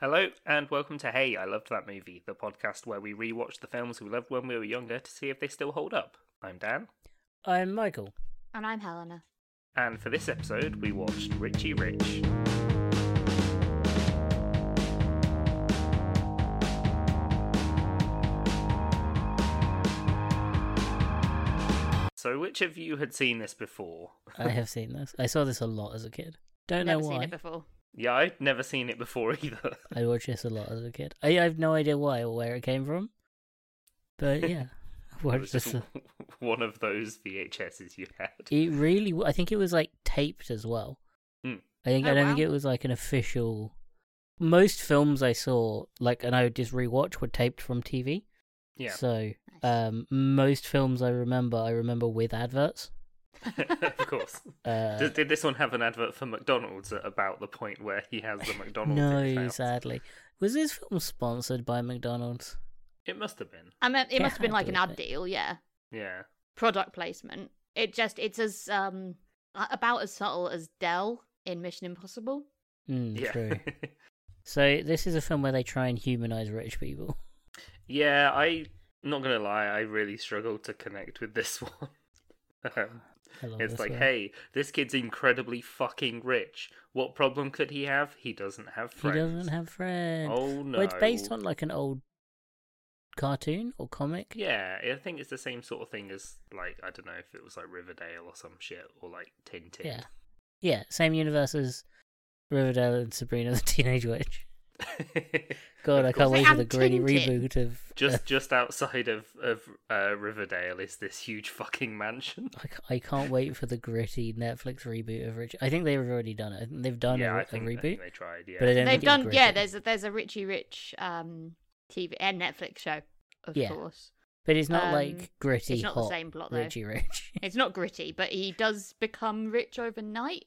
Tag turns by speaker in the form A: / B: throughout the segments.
A: Hello, and welcome to Hey, I Loved That Movie, the podcast where we rewatch the films we loved when we were younger to see if they still hold up. I'm Dan,
B: I'm Michael.
C: And I'm Helena.
A: and for this episode, we watched Richie Rich. So, which of you had seen this before?
B: I have seen this. I saw this a lot as a kid. Don't
C: Never
B: know
C: seen
B: why.
C: it before.
A: Yeah, I'd never seen it before either.
B: I watched this a lot as a kid. I, I have no idea why or where it came from. But yeah, I
A: It
B: watched
A: was
B: this.
A: just
B: a- E
A: one of those VHSs you had.
B: It really. w- I think it was like taped as well.
A: Mm.
B: I think
C: Oh,
B: I don't
C: wow.
B: think it was like an official. Most films I saw, like, and I would just rewatch, were taped from TV.
A: Yeah.
B: So,
C: Nice.
B: um, most films I remember, I remember with adverts.
A: of course.
B: Uh,
A: Did, did this one have an advert for McDonald's at about the point where he has the McDonald's? in his
B: no,
A: house?
B: sadly, was this film sponsored by McDonald's?
A: It must have been.
C: I mean, it
B: Yeah,
C: must have been like an
B: I'd
C: ad
B: do
C: deal, yeah.
A: Yeah.
C: Product placement. It just it's as um a- about as subtle as Dell in Mission Impossible.
B: Mm,
A: yeah.
B: True. So this is a film where they try and humanize rich people.
A: yeah, I not gonna lie, I really struggled to connect with this one. Um,
B: I love
A: it's
B: this
A: like,
B: film.
A: hey, this kid's incredibly fucking rich. What problem could he have? He doesn't have
B: he
A: friends.
B: doesn't have friends.
A: Oh no.
B: Well, it's based on like an old cartoon or comic.
A: Yeah, I think it's the same sort of thing as like I don't know if it was like Riverdale or some shit or like Tintin.
B: Yeah, yeah, same universe as Riverdale and Sabrina the Teenage Witch. God,
A: Of
B: I
A: course.
B: can't wait for the
C: And
B: gritty
C: Tintin.
B: reboot of.
A: just just outside of of uh, Riverdale is this huge fucking mansion.
B: I, ca- I can't wait for the gritty Netflix reboot of Rich. I think they've already done it. I think they've done
A: yeah,
B: a,
A: I
B: a
A: think, I
B: reboot,
A: think they tried. Yeah,
B: but I don't
C: They've
B: think it's
C: done yeah,
B: gritty.
C: there's a there's a Richie Rich um TV and Netflix show, of
B: Yeah.
C: course.
B: But it's not
C: um,
B: like gritty
C: it's not the
B: hot
C: same plot, though.
B: Richie Rich.
C: It's not gritty, but he does become rich overnight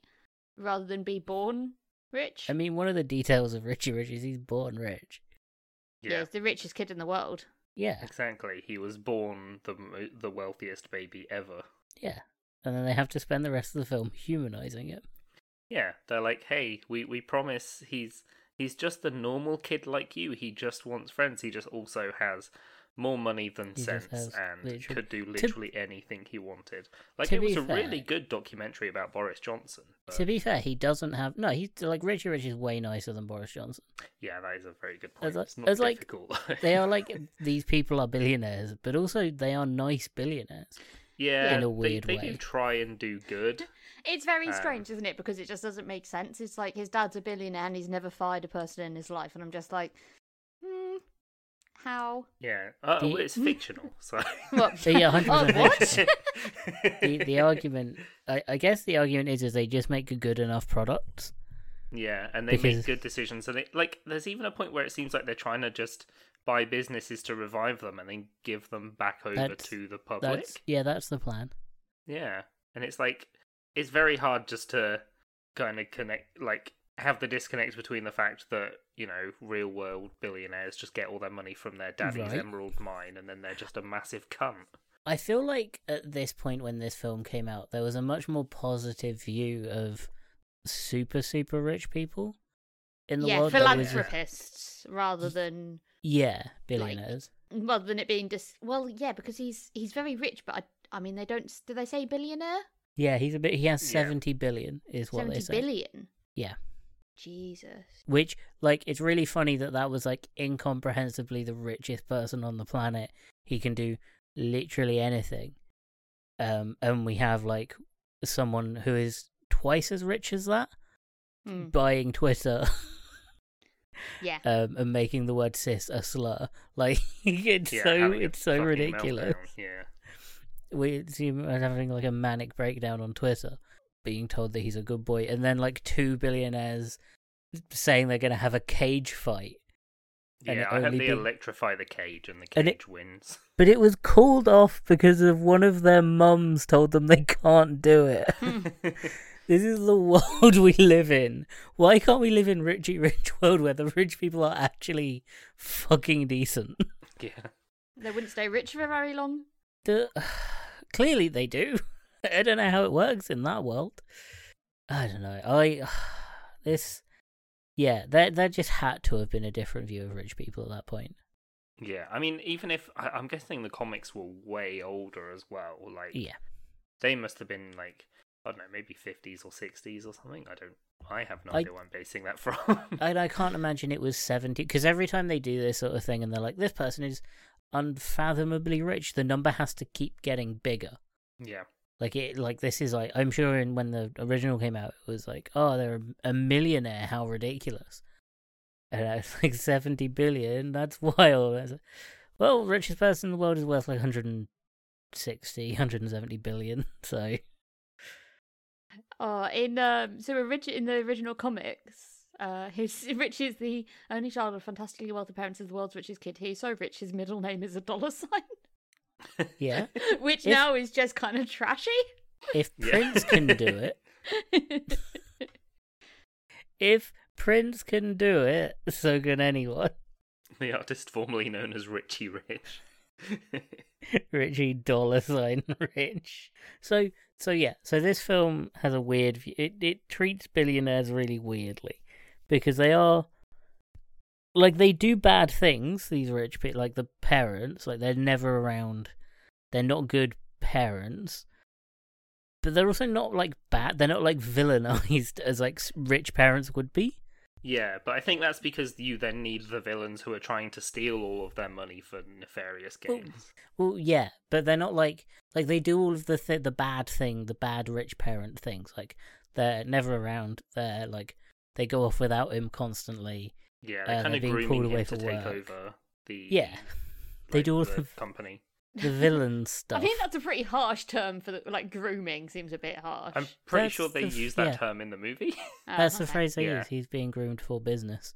C: rather than be born rich.
B: I mean, one of the details of Richie Rich is he's born rich.
C: yeah. he's the richest kid in the world.
B: Yeah,
A: exactly. He was born the mo- the wealthiest baby ever.
B: yeah. And then they have to spend the rest of the film humanizing it.
A: Yeah, they're like, hey, we we promise he's he's just a normal kid like you. He just wants friends. He just also has more money than
B: He
A: sense
B: just has
A: and
B: literally-
A: could do
B: To-
A: literally anything he wanted. Like
B: to
A: it was
B: be
A: a
B: fair-
A: really good documentary about Boris Johnson. but-
B: To be fair, he doesn't have no. He's like Richie Rich is way nicer than Boris Johnson.
A: yeah, that is a very good
B: As
A: point.
B: I-
A: it's not
B: as like-
A: difficult. though.
B: They are like these people are billionaires, but also they are nice billionaires.
A: Yeah,
B: in a
A: they-
B: weird
A: they, do
B: way.
A: try and do good.
C: It's very
A: Um,
C: strange, isn't it? Because it just doesn't make sense. It's like his dad's a billionaire and he's never fired a person in his life, and I'm just like, hmm, how?
A: Yeah, uh,
B: Do
A: well,
B: you-
A: it's fictional, so
C: What?
B: Yeah, yeah, 100%
C: Oh, what?
B: The the argument, I, I guess, the argument is is they just make good enough products.
A: Yeah, and they
B: Because-
A: make good decisions, and it, like there's even a point where it seems like they're trying to just buy businesses to revive them and then give them back over
B: That's-
A: to the public.
B: That's yeah, that's the plan.
A: Yeah, and it's like it's very hard just to kind of connect, like have the disconnect between the fact that you know real world billionaires just get all their money from their daddy's
B: Right.
A: emerald mine, and then they're just a massive cunt.
B: I feel like at this point when this film came out, there was a much more positive view of super super rich people in the
C: yeah,
B: world. than there was-
C: philanthropists rather than
B: yeah, billionaires.
C: rather than it being just. well, yeah, because he's he's very rich, but I, I mean, they don't. Do they say billionaire?
B: yeah, he's a bit. He has
A: Yeah.
B: seventy billion, is what they
C: Seventy
B: say.
C: billion.
B: Yeah,
C: Jesus.
B: which like it's really funny that that was like incomprehensibly the richest person on the planet. He can do literally anything. Um, and we have like someone who is twice as rich as that
C: Hmm.
B: buying Twitter.
C: Yeah.
B: um, and making the word cis a slur. Like it's
A: Yeah,
B: so
A: having a
B: it's so
A: fucking
B: ridiculous.
A: meltdown, Yeah.
B: We it's him having like a manic breakdown on Twitter, being told that he's a good boy, and then like two billionaires saying they're going to have a cage fight.
A: Yeah,
B: and it
A: I had
B: only
A: the
B: be-
A: electrify the cage, and the
B: And it-
A: cage wins.
B: But it was called off because of one of their mums told them they can't do it. This is the world we live in. Why can't we live in richy rich world where the rich people are actually fucking decent?
A: yeah,
C: They wouldn't stay rich for very long.
B: The, clearly they do. I don't know how it works in that world. I don't know. I this Yeah, that that just had to have been a different view of rich people at that point.
A: Yeah, I mean, even if I, I'm guessing the comics were way older as well, like
B: Yeah.
A: they must have been like I don't know, maybe 50s or 60s or something. I don't. I have no
B: I-
A: idea where I'm basing that from.
B: And I can't imagine it was 70 because every time they do this sort of thing and they're like this person is unfathomably rich, the number has to keep getting bigger.
A: yeah,
B: Like it like this is like I'm sure in when the original came out it was like oh they're a millionaire how ridiculous. And I was like 70 billion that's wild. I was like, well, richest person in the world is worth like 160 170 billion. So
C: Oh, in um, so origi- in the original comics, uh, his Rich is the only child of fantastically wealthy parents of the world's richest kid. He's so rich, his middle name is a dollar sign,
B: yeah.
C: which
B: If-
C: now is just kind of trashy.
B: If
A: Yeah.
B: Prince can do it, if Prince can do it, so can anyone.
A: the artist formerly known as Richie Rich.
B: Richie dollar sign rich. So so yeah, so this film has a weird view. It it treats billionaires really weirdly because they are like they do bad things. These rich people, like the parents, like they're never around. They're not good parents, but they're also not like bad. They're not like villainized as like s- rich parents would be.
A: yeah, but I think that's because you then need the villains who are trying to steal all of their money for nefarious
B: Well,
A: games.
B: Well, yeah, but they're not like like they do all of the th- the bad thing, the bad rich parent things. Like they're never around. They're like they go off without him constantly.
A: yeah, they're
B: uh,
A: kind
B: they're
A: of
B: being
A: grooming
B: pulled
A: him
B: away
A: to
B: for
A: take
B: work.
A: over the
B: Yeah, they
A: like,
B: do all
A: the
B: the
A: company.
B: the villain stuff.
C: I think that's a pretty harsh term for the, like grooming. Seems a bit harsh.
A: I'm pretty
B: That's
A: sure they
B: the f-
A: use that
B: yeah.
A: term in the movie.
C: Oh,
B: That's the
C: okay.
B: phrase they
A: Yeah.
B: use. He's being groomed for business,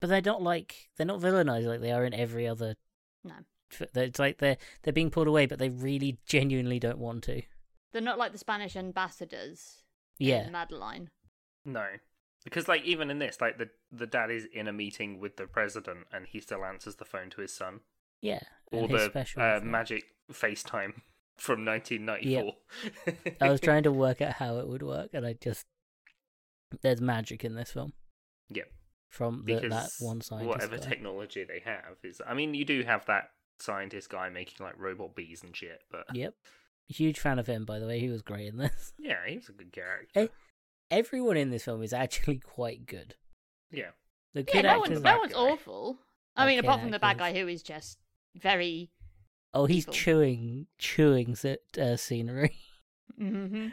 B: but they're not like they're not villainized like they are in every other.
C: No.
B: f- It's like they're they're being pulled away, but they really genuinely don't want to.
C: They're not like the Spanish ambassadors. in
B: Yeah,
C: Madeline.
A: No. Because like even in this, like the the dad is in a meeting with the president and he still answers the phone to his son.
B: yeah.
A: Or
B: and his
A: the
B: special
A: uh,
B: effect.
A: magic FaceTime from 1994.
B: I was trying to work out how it would work, and I just there's magic in this film
A: Yeah,
B: from the,
A: because
B: that one scientist.
A: whatever
B: guy.
A: technology they have is I mean you do have that scientist guy making like robot bees and shit, but
B: Yep, huge fan of him by the way. He was great in this.
A: yeah, he's a good character.
B: Eh, Everyone in this film is actually quite good.
A: Yeah.
B: The
C: Yeah,
B: kid
C: no,
B: actors,
C: one,
A: one's-
C: no one's
A: Bad guy.
C: awful. I mean,
B: Bad
C: apart
B: kid
C: from the bad
B: actors.
C: guy who is just very.
B: oh, he's
C: people.
B: chewing chewing se- uh, scenery. Mm-hmm.
C: hmm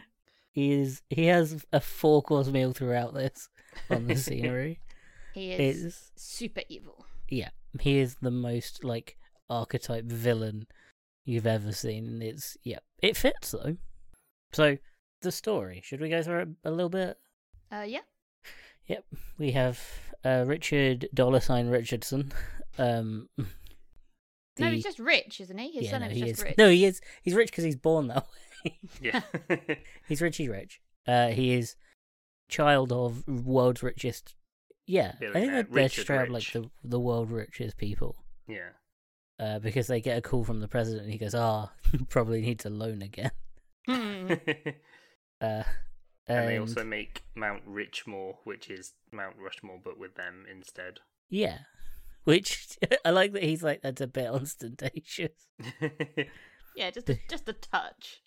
B: He is he has a four course meal throughout this on the scenery.
C: He is
B: it's
C: super evil.
B: yeah, he is the most like archetype villain you've ever seen, and it's yeah, it fits though. So the story, should we go through it a little bit?
C: Uh, yeah.
B: Yep, we have uh, Richard Dollar Sign Richardson. Um,
C: No,
B: the-
C: he's just rich, isn't he? His
B: yeah,
C: surname
B: no,
C: is
B: he
C: just
B: is.
C: rich.
B: No, he is. He's rich because he's born that way.
A: Yeah.
B: he's Richie Rich. Uh, he is child of world's richest. Yeah, I think
A: Billionaire,
B: they're, they're
A: Richard
B: straight up like
A: Rich.
B: the the world richest people.
A: yeah.
B: uh, because they get a call from the president and he goes, ah, probably needs a loan again.
C: Hmm.
B: Uh,
A: and they also make Mount Richmore, which is Mount Rushmore, but with them instead.
B: Yeah. Which I like that he's like, that's a bit ostentatious.
C: yeah, just a, just a touch.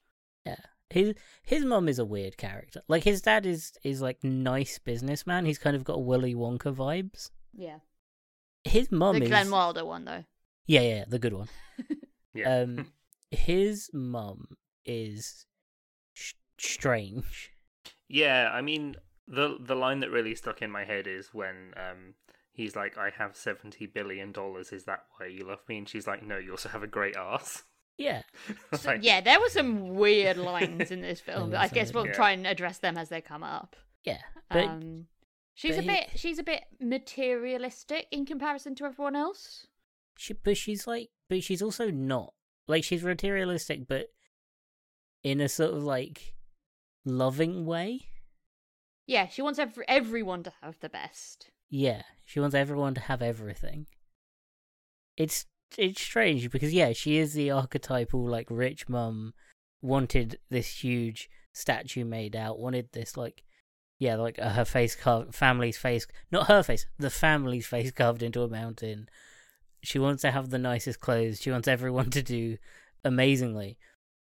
B: Yeah. His his mum is a weird character. Like his dad is is like nice businessman. He's kind of got Willy Wonka vibes.
C: Yeah.
B: His mum
C: the
B: is
C: Glenn Wilder one though.
B: yeah yeah the good one.
A: yeah.
B: Um, his mum is sh- strange.
A: Yeah, I mean the the line that really stuck in my head is when um he's like, "I have seventy billion dollars. Is that why you love me?" And she's like, "No, you also have a great ass."
B: Yeah.
C: So, yeah, there were some weird lines in this
B: There
C: film, but I
B: was,
C: guess
B: uh,
C: we'll
A: Yeah.
C: try and address them as they come up.
B: Yeah. But
C: um, she's
B: but
C: a
B: he-
C: bit she's a bit materialistic in comparison to everyone else.
B: She, but she's like, but she's also not like she's materialistic, but in a sort of like loving way.
C: Yeah, she wants ev- everyone to have the best.
B: Yeah, she wants everyone to have everything. It's it's strange because yeah, she is the archetypal like rich mum wanted this huge statue made out, wanted this like yeah, like uh, her face carved, family's face, not her face, the family's face carved into a mountain. She wants to have the nicest clothes. She wants everyone to do amazingly,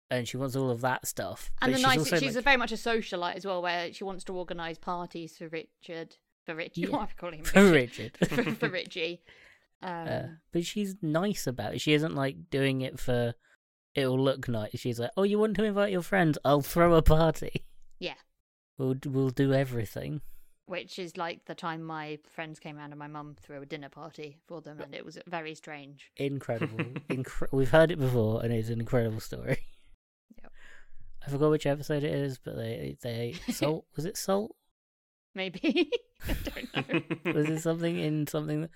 B: and she wants all of that stuff. But
C: And the
B: she's
C: nice,
B: also,
C: she's a
B: like-
C: very much a socialite as well, where she wants to organise parties for Richard, for Richard,
B: Yeah.
C: what am I calling him?
B: for Richard.
C: for, for Richie. Um,
B: Uh, but she's nice about it. She isn't like doing it for it'll look nice. She's like, oh, you want to invite your friends? I'll throw a party.
C: Yeah.
B: We'll we'll do everything.
C: which is like the time my friends came round and my mum threw a dinner party for them, and it was very strange.
B: Incredible. Incre- We've heard it before, and it's an incredible story.
C: Yep.
B: I forgot which episode it is, but they they salt was it salt
C: Maybe I don't know.
B: was it something in something? that-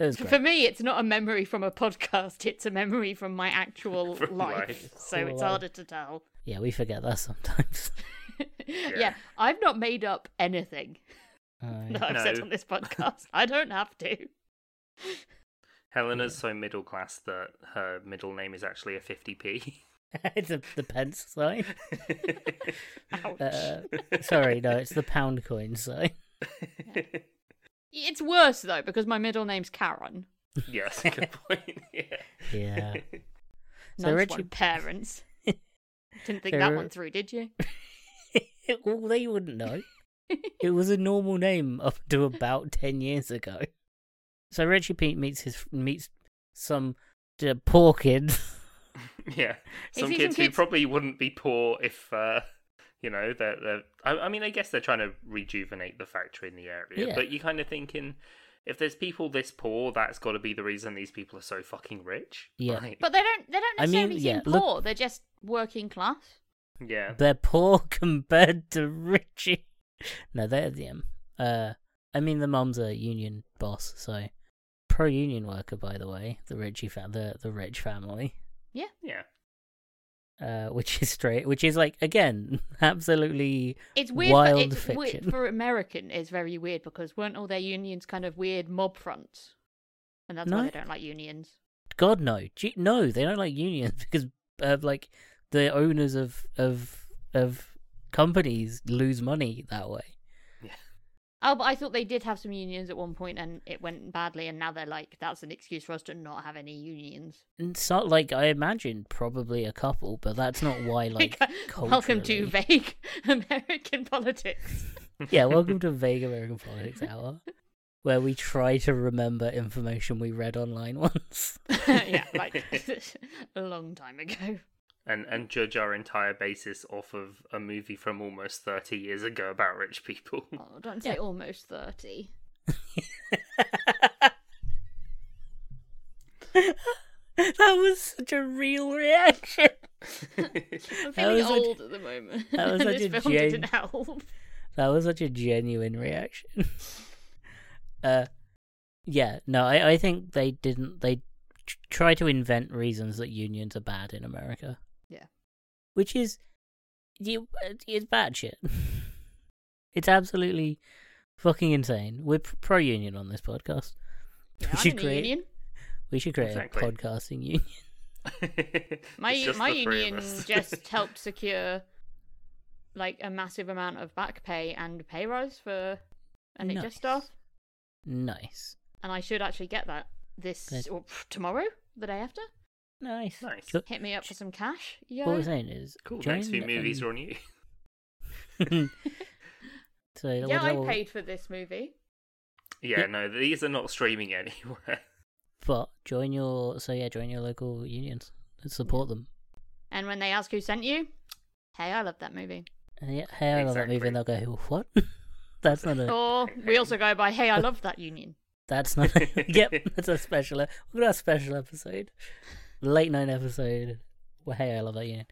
B: It was
C: For
B: great.
C: me, it's not a memory from a podcast; it's a memory from my actual life,
A: From life.
C: so
B: Cool
C: it's
B: life.
C: harder to tell.
B: Yeah, we forget that sometimes.
C: yeah. I've not made up anything
B: Uh,
C: that I've said
A: No.
C: on this podcast. I don't have to.
A: Helena's so middle class that her middle name is actually a 50p.
B: it's a, the pence sign.
C: Ouch.
B: Uh, sorry, no, it's the pound coin sign.
C: It's worse though because my middle name's Karen.
A: yes, good point. Yeah.
B: Yeah. So
C: Nice
B: Richie-
C: one, parents. Didn't think
B: So
C: that
B: Ri-
C: one through, did you?
B: well, they wouldn't know. it was a normal name up to about ten years ago. So Richie Pete meets his meets some uh, poor kids.
A: yeah.
C: Is
A: Some
C: he some
A: kids, who
C: kids-
A: probably wouldn't be poor if, uh, you know, they're, they're I, I mean, I guess they're trying to rejuvenate the factory in the area.
B: Yeah.
A: But you kind of thinking, if there's people this poor, that's got to be the reason these people are so fucking rich.
B: Yeah.
A: Like,
C: But they don't. They don't
B: I mean,
C: necessarily
B: yeah,
C: seem
B: look-
C: poor. They're just working class.
A: yeah.
B: They're poor compared to Richie. No, they're the um. Uh, I mean the mum's a union boss, so pro union worker by the way. The Richie fa- the the rich family.
A: Yeah.
B: Uh, which is straight, which is like again absolutely
C: It's weird.
B: Wild
C: for, it's weird-
B: fiction.
C: for American is very weird because weren't all their unions kind of weird mob fronts, and that's
B: No.
C: why they don't like unions.
B: God no, Gee, no, they don't like unions because uh, like the owners of of of companies lose money that way.
C: Oh, but I thought they did have some unions at one point, and it went badly, and now they're like, that's an excuse for us to not have any unions.
B: And so like I imagine probably a couple, but that's not why like
C: welcome to
B: culturally-
C: vague American politics.
B: yeah, welcome to Vague American Politics Hour, where we try to remember information we read online once.
C: yeah, like a long time ago.
A: and and judge our entire basis off of a movie from almost 30 years ago about rich people.
C: Oh, don't say almost thirty.
B: that was such a real reaction.
C: I'm
B: That
C: feeling
B: was such-
C: old at the moment.
B: that was
C: and
B: such
C: this
B: a
C: film
B: gen-
C: didn't help.
B: That was such a genuine reaction. uh, yeah, no, I, I think they didn't. They tr- try to invent reasons that unions are bad in America.
C: Yeah.
B: which is you, it's bad shit. it's absolutely fucking insane. We're pro union on this podcast.
C: Yeah,
B: We
C: I'm
B: should
C: in a
B: create-
C: union.
B: We should create
A: Exactly.
B: a podcasting union.
A: It's
C: My
A: just
C: my
A: the three of
C: union
A: us.
C: just helped secure like a massive amount of back pay and pay rise for NHS
B: Nice.
C: staff,
B: Nice,
C: and I should actually get that this
B: Good.
C: or pff, tomorrow, the day after.
B: nice,
A: Nice.
B: Jo-
C: Hit me up for some cash. Yeah.
B: What we're saying is
A: cool.
B: join um,
A: Next few movies
B: and-
A: are on you.
B: so
C: Yeah,
B: what-
C: I
B: what-
C: paid for this movie.
A: Yeah,
B: Yeah.
A: no, these are not streaming anywhere.
B: But join your so yeah, join your local unions and support them.
C: And when they ask who sent you, hey, I love that movie.
B: And yeah, hey, I love that movie, and they'll go, "What? that's not
A: Oh.
B: a
C: Or we also go by, hey, I love that union.
B: that's not a, yep, that's a special. e- We've got a special episode, late night episode. Well, hey, I love that union.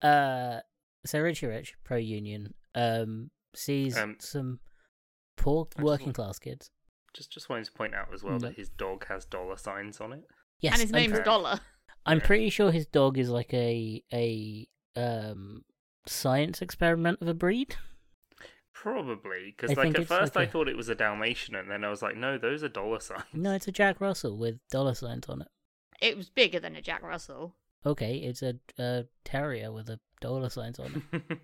B: Uh, so Richie Rich, pro union, um, sees
A: Um,
B: some poor
A: I just
B: working
A: want-
B: class kids.
A: Just just wanted to point out as well
B: Mhm.
A: that his dog has dollar signs on it.
B: Yes,
C: and his
B: I'm
C: name's
A: Okay.
C: Dollar.
B: I'm
A: Yeah.
B: pretty sure his dog is like a a um science experiment of a breed.
A: Probably
B: I
A: because like
B: think
A: at
B: it's
A: first I
B: like a-
A: thought it was a Dalmatian, and then I was like, no, those are dollar signs.
B: No, it's a Jack Russell with dollar signs on it.
C: It was bigger than a Jack Russell.
B: Okay, it's a, a terrier with a dollar signs on it.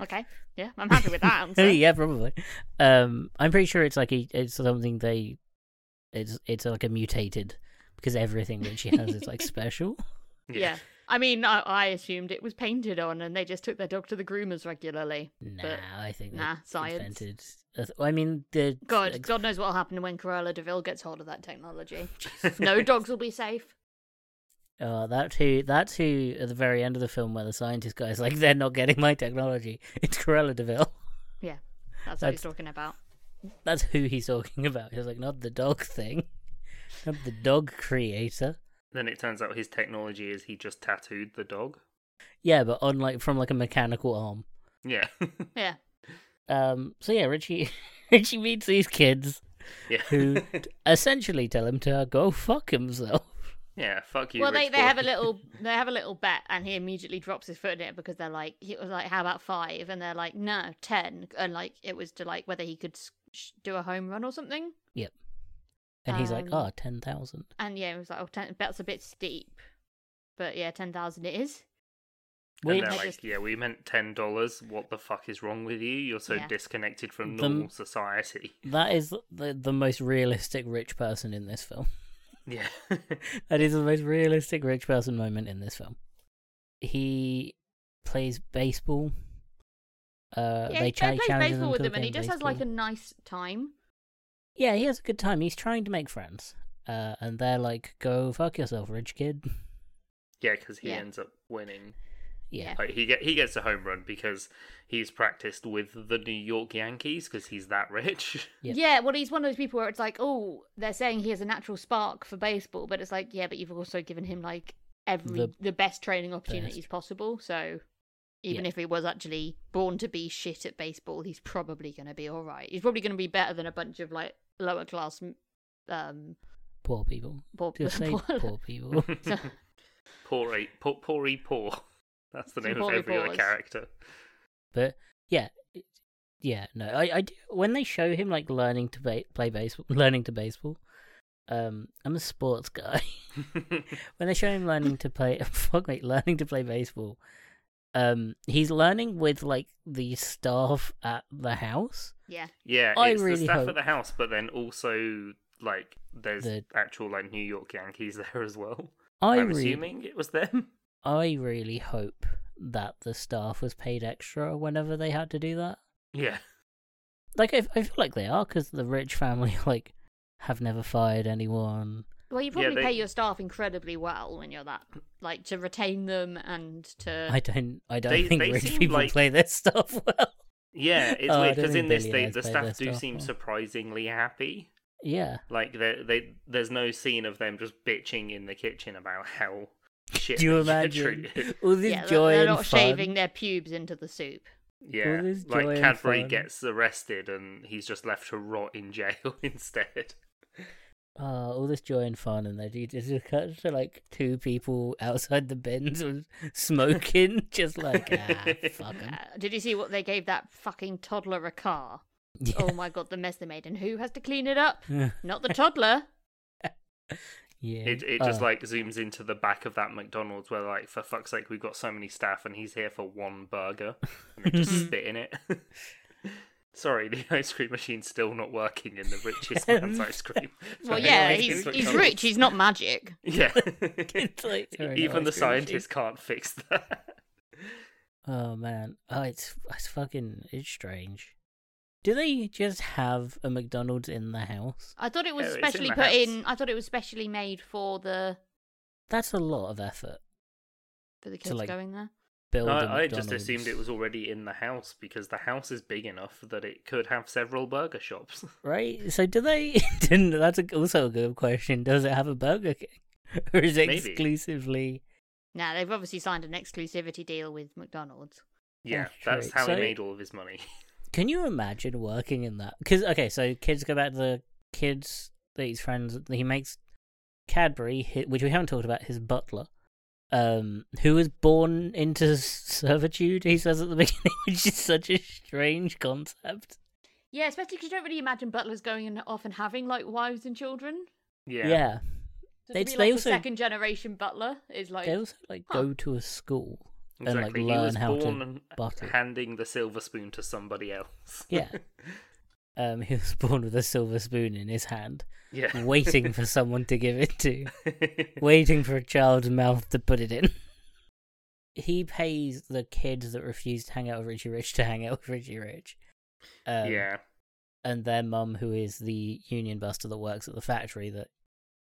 C: Okay. Yeah, I'm happy with that answer.
B: yeah, probably. Um, I'm pretty sure it's like a, it's something they, it's it's like a mutated because everything that she has is like special.
C: yeah. I mean, I, I assumed it was painted on, and they just took their dog to the groomers regularly.
B: Nah,
C: But
B: I think they
C: nah, science.
B: invented. a th- I mean, the
C: God,
B: ex-
C: God knows what'll happen when Cruella Deville gets hold of that technology. no dogs will be safe.
B: Oh, that's who. That's who. At the very end of the film, where the scientist guy's like, "They're not getting my technology." It's Corella Deville.
C: Yeah, that's, what he's
B: That's-
C: talking about.
B: That's who he's talking about. He's like, "Not the dog thing, not the dog creator."
A: Then it turns out his technology is he just tattooed the dog.
B: Yeah, but on like from like a mechanical arm.
A: Yeah.
C: Yeah.
B: Um. So yeah, Richie. Richie meets these kids
A: yeah.
B: who t- essentially tell him to go fuck himself.
A: yeah, fuck you.
C: well, they,
A: rich
C: they have a
A: boy.
C: little they have a little bet, and he immediately drops his foot in it because they're like he was like, "How about five? And they're like, "No, ten. And like it was to like whether he could s- sh- do a home run or something.
B: And he's like,
C: Um,
B: "Oh, ten thousand.
C: And yeah, it was like, "Oh, ten, that's a bit steep, but yeah, ten thousand it is."
A: And
B: Which
A: they're
C: I
A: like,
C: just-
A: yeah, we meant ten dollars. What the fuck is wrong with you? You're so
C: Yeah.
A: disconnected from
B: The m-
A: normal society.
B: that is the the most realistic rich person in this film.
A: Yeah.
B: That is the most realistic rich person moment in this film. He plays baseball. Uh,
C: yeah,
B: they
C: he
B: cha-
C: plays
B: challenges
C: baseball
B: him
C: with
B: to a
C: them, and he
B: game
C: just has like a
B: baseball.
C: nice time.
B: yeah. He has a good time. He's trying to make friends, uh, and they're like, "Go fuck yourself, rich kid."
A: yeah, because he
C: Yeah.
A: ends up winning.
B: Yeah,
A: Like, he get he gets a home run because he's practiced with the New York Yankees because he's that rich.
B: Yep.
C: Yeah, well, he's one of those people where it's like, oh, they're saying he has a natural spark for baseball, but it's like, yeah, but you've also given him like every
B: The
C: the, best training opportunities possible. So even
B: Yeah.
C: if he was actually born to be shit at baseball, he's probably going to be all right. He's probably going to be better than a bunch of like lower class, um,
B: poor people.
C: poor,
B: Just say
C: poor-
B: poor people.
A: poor eight, poor, poor, poor. That's the
C: Some
A: name of
C: poor-y
A: every other
C: poors.
A: character.
B: But yeah, it- yeah, no, I, I do, when they show him like learning to ba- play baseball, learning to baseball. Um, I'm a sports guy. when they show him learning to play fuck mate, learning to play baseball um he's learning with like the staff at the house
C: yeah,
A: Yeah,
B: I
A: it's
B: really
A: the staff
B: hope-
A: at the house, but then also like there's
B: The-
A: actual like New York Yankees there as well.
B: i
A: am
B: really
A: assuming it was them.
B: i really hope that the staff was paid extra whenever they had to do that
A: Yeah,
B: like i, I feel like they are because the rich family like have never fired anyone
C: well, you
A: Yeah,
C: probably
A: they-
C: pay your staff incredibly well when you're that, like, to retain them and to
B: i don't i don't
A: They-
B: think
A: they
B: rich
A: seem
B: people
A: like-
B: play their stuff well
A: yeah, it's
B: Oh, I
A: weird
B: don't
A: because
B: think
A: in this they
B: billionaires
A: the
B: pay
A: staff
B: their
A: do
B: staff
A: seem
B: well.
A: surprisingly happy.
B: yeah
A: Like they, they there's no scene of them just bitching in the kitchen about how shit
B: do you
A: they get
B: imagine
A: treated.
B: all this
C: yeah, they're-
B: joy
C: they're,
B: and
C: not
B: fun.
C: shaving their pubes into the soup.
A: Yeah,
B: this joy
A: like
B: and
A: Cadbury
B: fun.
A: gets arrested and he's just left to rot in jail instead.
B: uh, all this joy and fun, and then it just cuts to like two people outside the bins with- smoking, just like ah, fuck 'em.
C: Uh, did you see what they gave that fucking toddler a car?
B: Yeah.
C: Oh my god, the mess they made, and who has to clean it up?
B: yeah,
C: Not the toddler.
A: It it just
C: Ah.
B: Uh,
A: like zooms into the back of that McDonald's where like for fuck's sake we've got so many staff and he's here for one burger and they just spit in it. Sorry, the ice cream machine's still not working in the richest man's ice cream.
C: Well,
A: Sorry,
C: yeah,
A: ice cream
C: he's,
A: for
C: he's
A: McDonald's.
C: rich. He's not magic.
A: Yeah,
B: It's like, sorry, no
A: E-, even the
B: ice cream machine.
A: scientists can't fix that.
B: Oh man, oh it's it's fucking it's strange. Do they just have a McDonald's in the house?
C: I thought it was
A: Yeah, Oh, it's in
C: specially
A: the
C: put
A: house.
C: in. I thought it was specially made for the
B: That's a lot of effort.
C: for the kids
B: like,
C: going there.
B: Build a
A: I, I just
B: McDonald's.
A: assumed it was already in the house because the house is big enough that it could have several burger shops.
B: right. So do they? Didn't that's a, also a good question? Does it have a Burger King, or is it
A: Maybe.
B: exclusively?
C: Now they've obviously signed an exclusivity deal with McDonald's.
A: Yeah,
B: Oh,
A: that's
B: shit.
A: how
B: So-
A: he made all of his money.
B: Can you imagine working in that? Because okay, so kids go back to the kids that he's friends. He makes Cadbury, hi- which we haven't talked about, his butler, um, who was born into servitude. He says at the beginning, which is such a strange concept.
C: Yeah, especially because you don't really imagine butlers going and off and having like wives and children.
A: Yeah,
C: So
B: They-
C: to be
B: they
C: like
B: also-
C: a second generation butler is like
B: they also like
C: huh.
B: go to a school. and, like,
A: Exactly.
B: learn
A: he was
B: how to
A: born
B: butter.
A: handing the silver spoon to somebody else.
B: Yeah. Um, he was born with a silver spoon in his hand,
A: yeah.
B: waiting for someone to give it to, waiting for a child's mouth to put it in. He pays the kids that refuse to hang out with Richie Rich to hang out with Richie Rich. Um,
A: yeah.
B: and their mum, who is the union buster that works at the factory that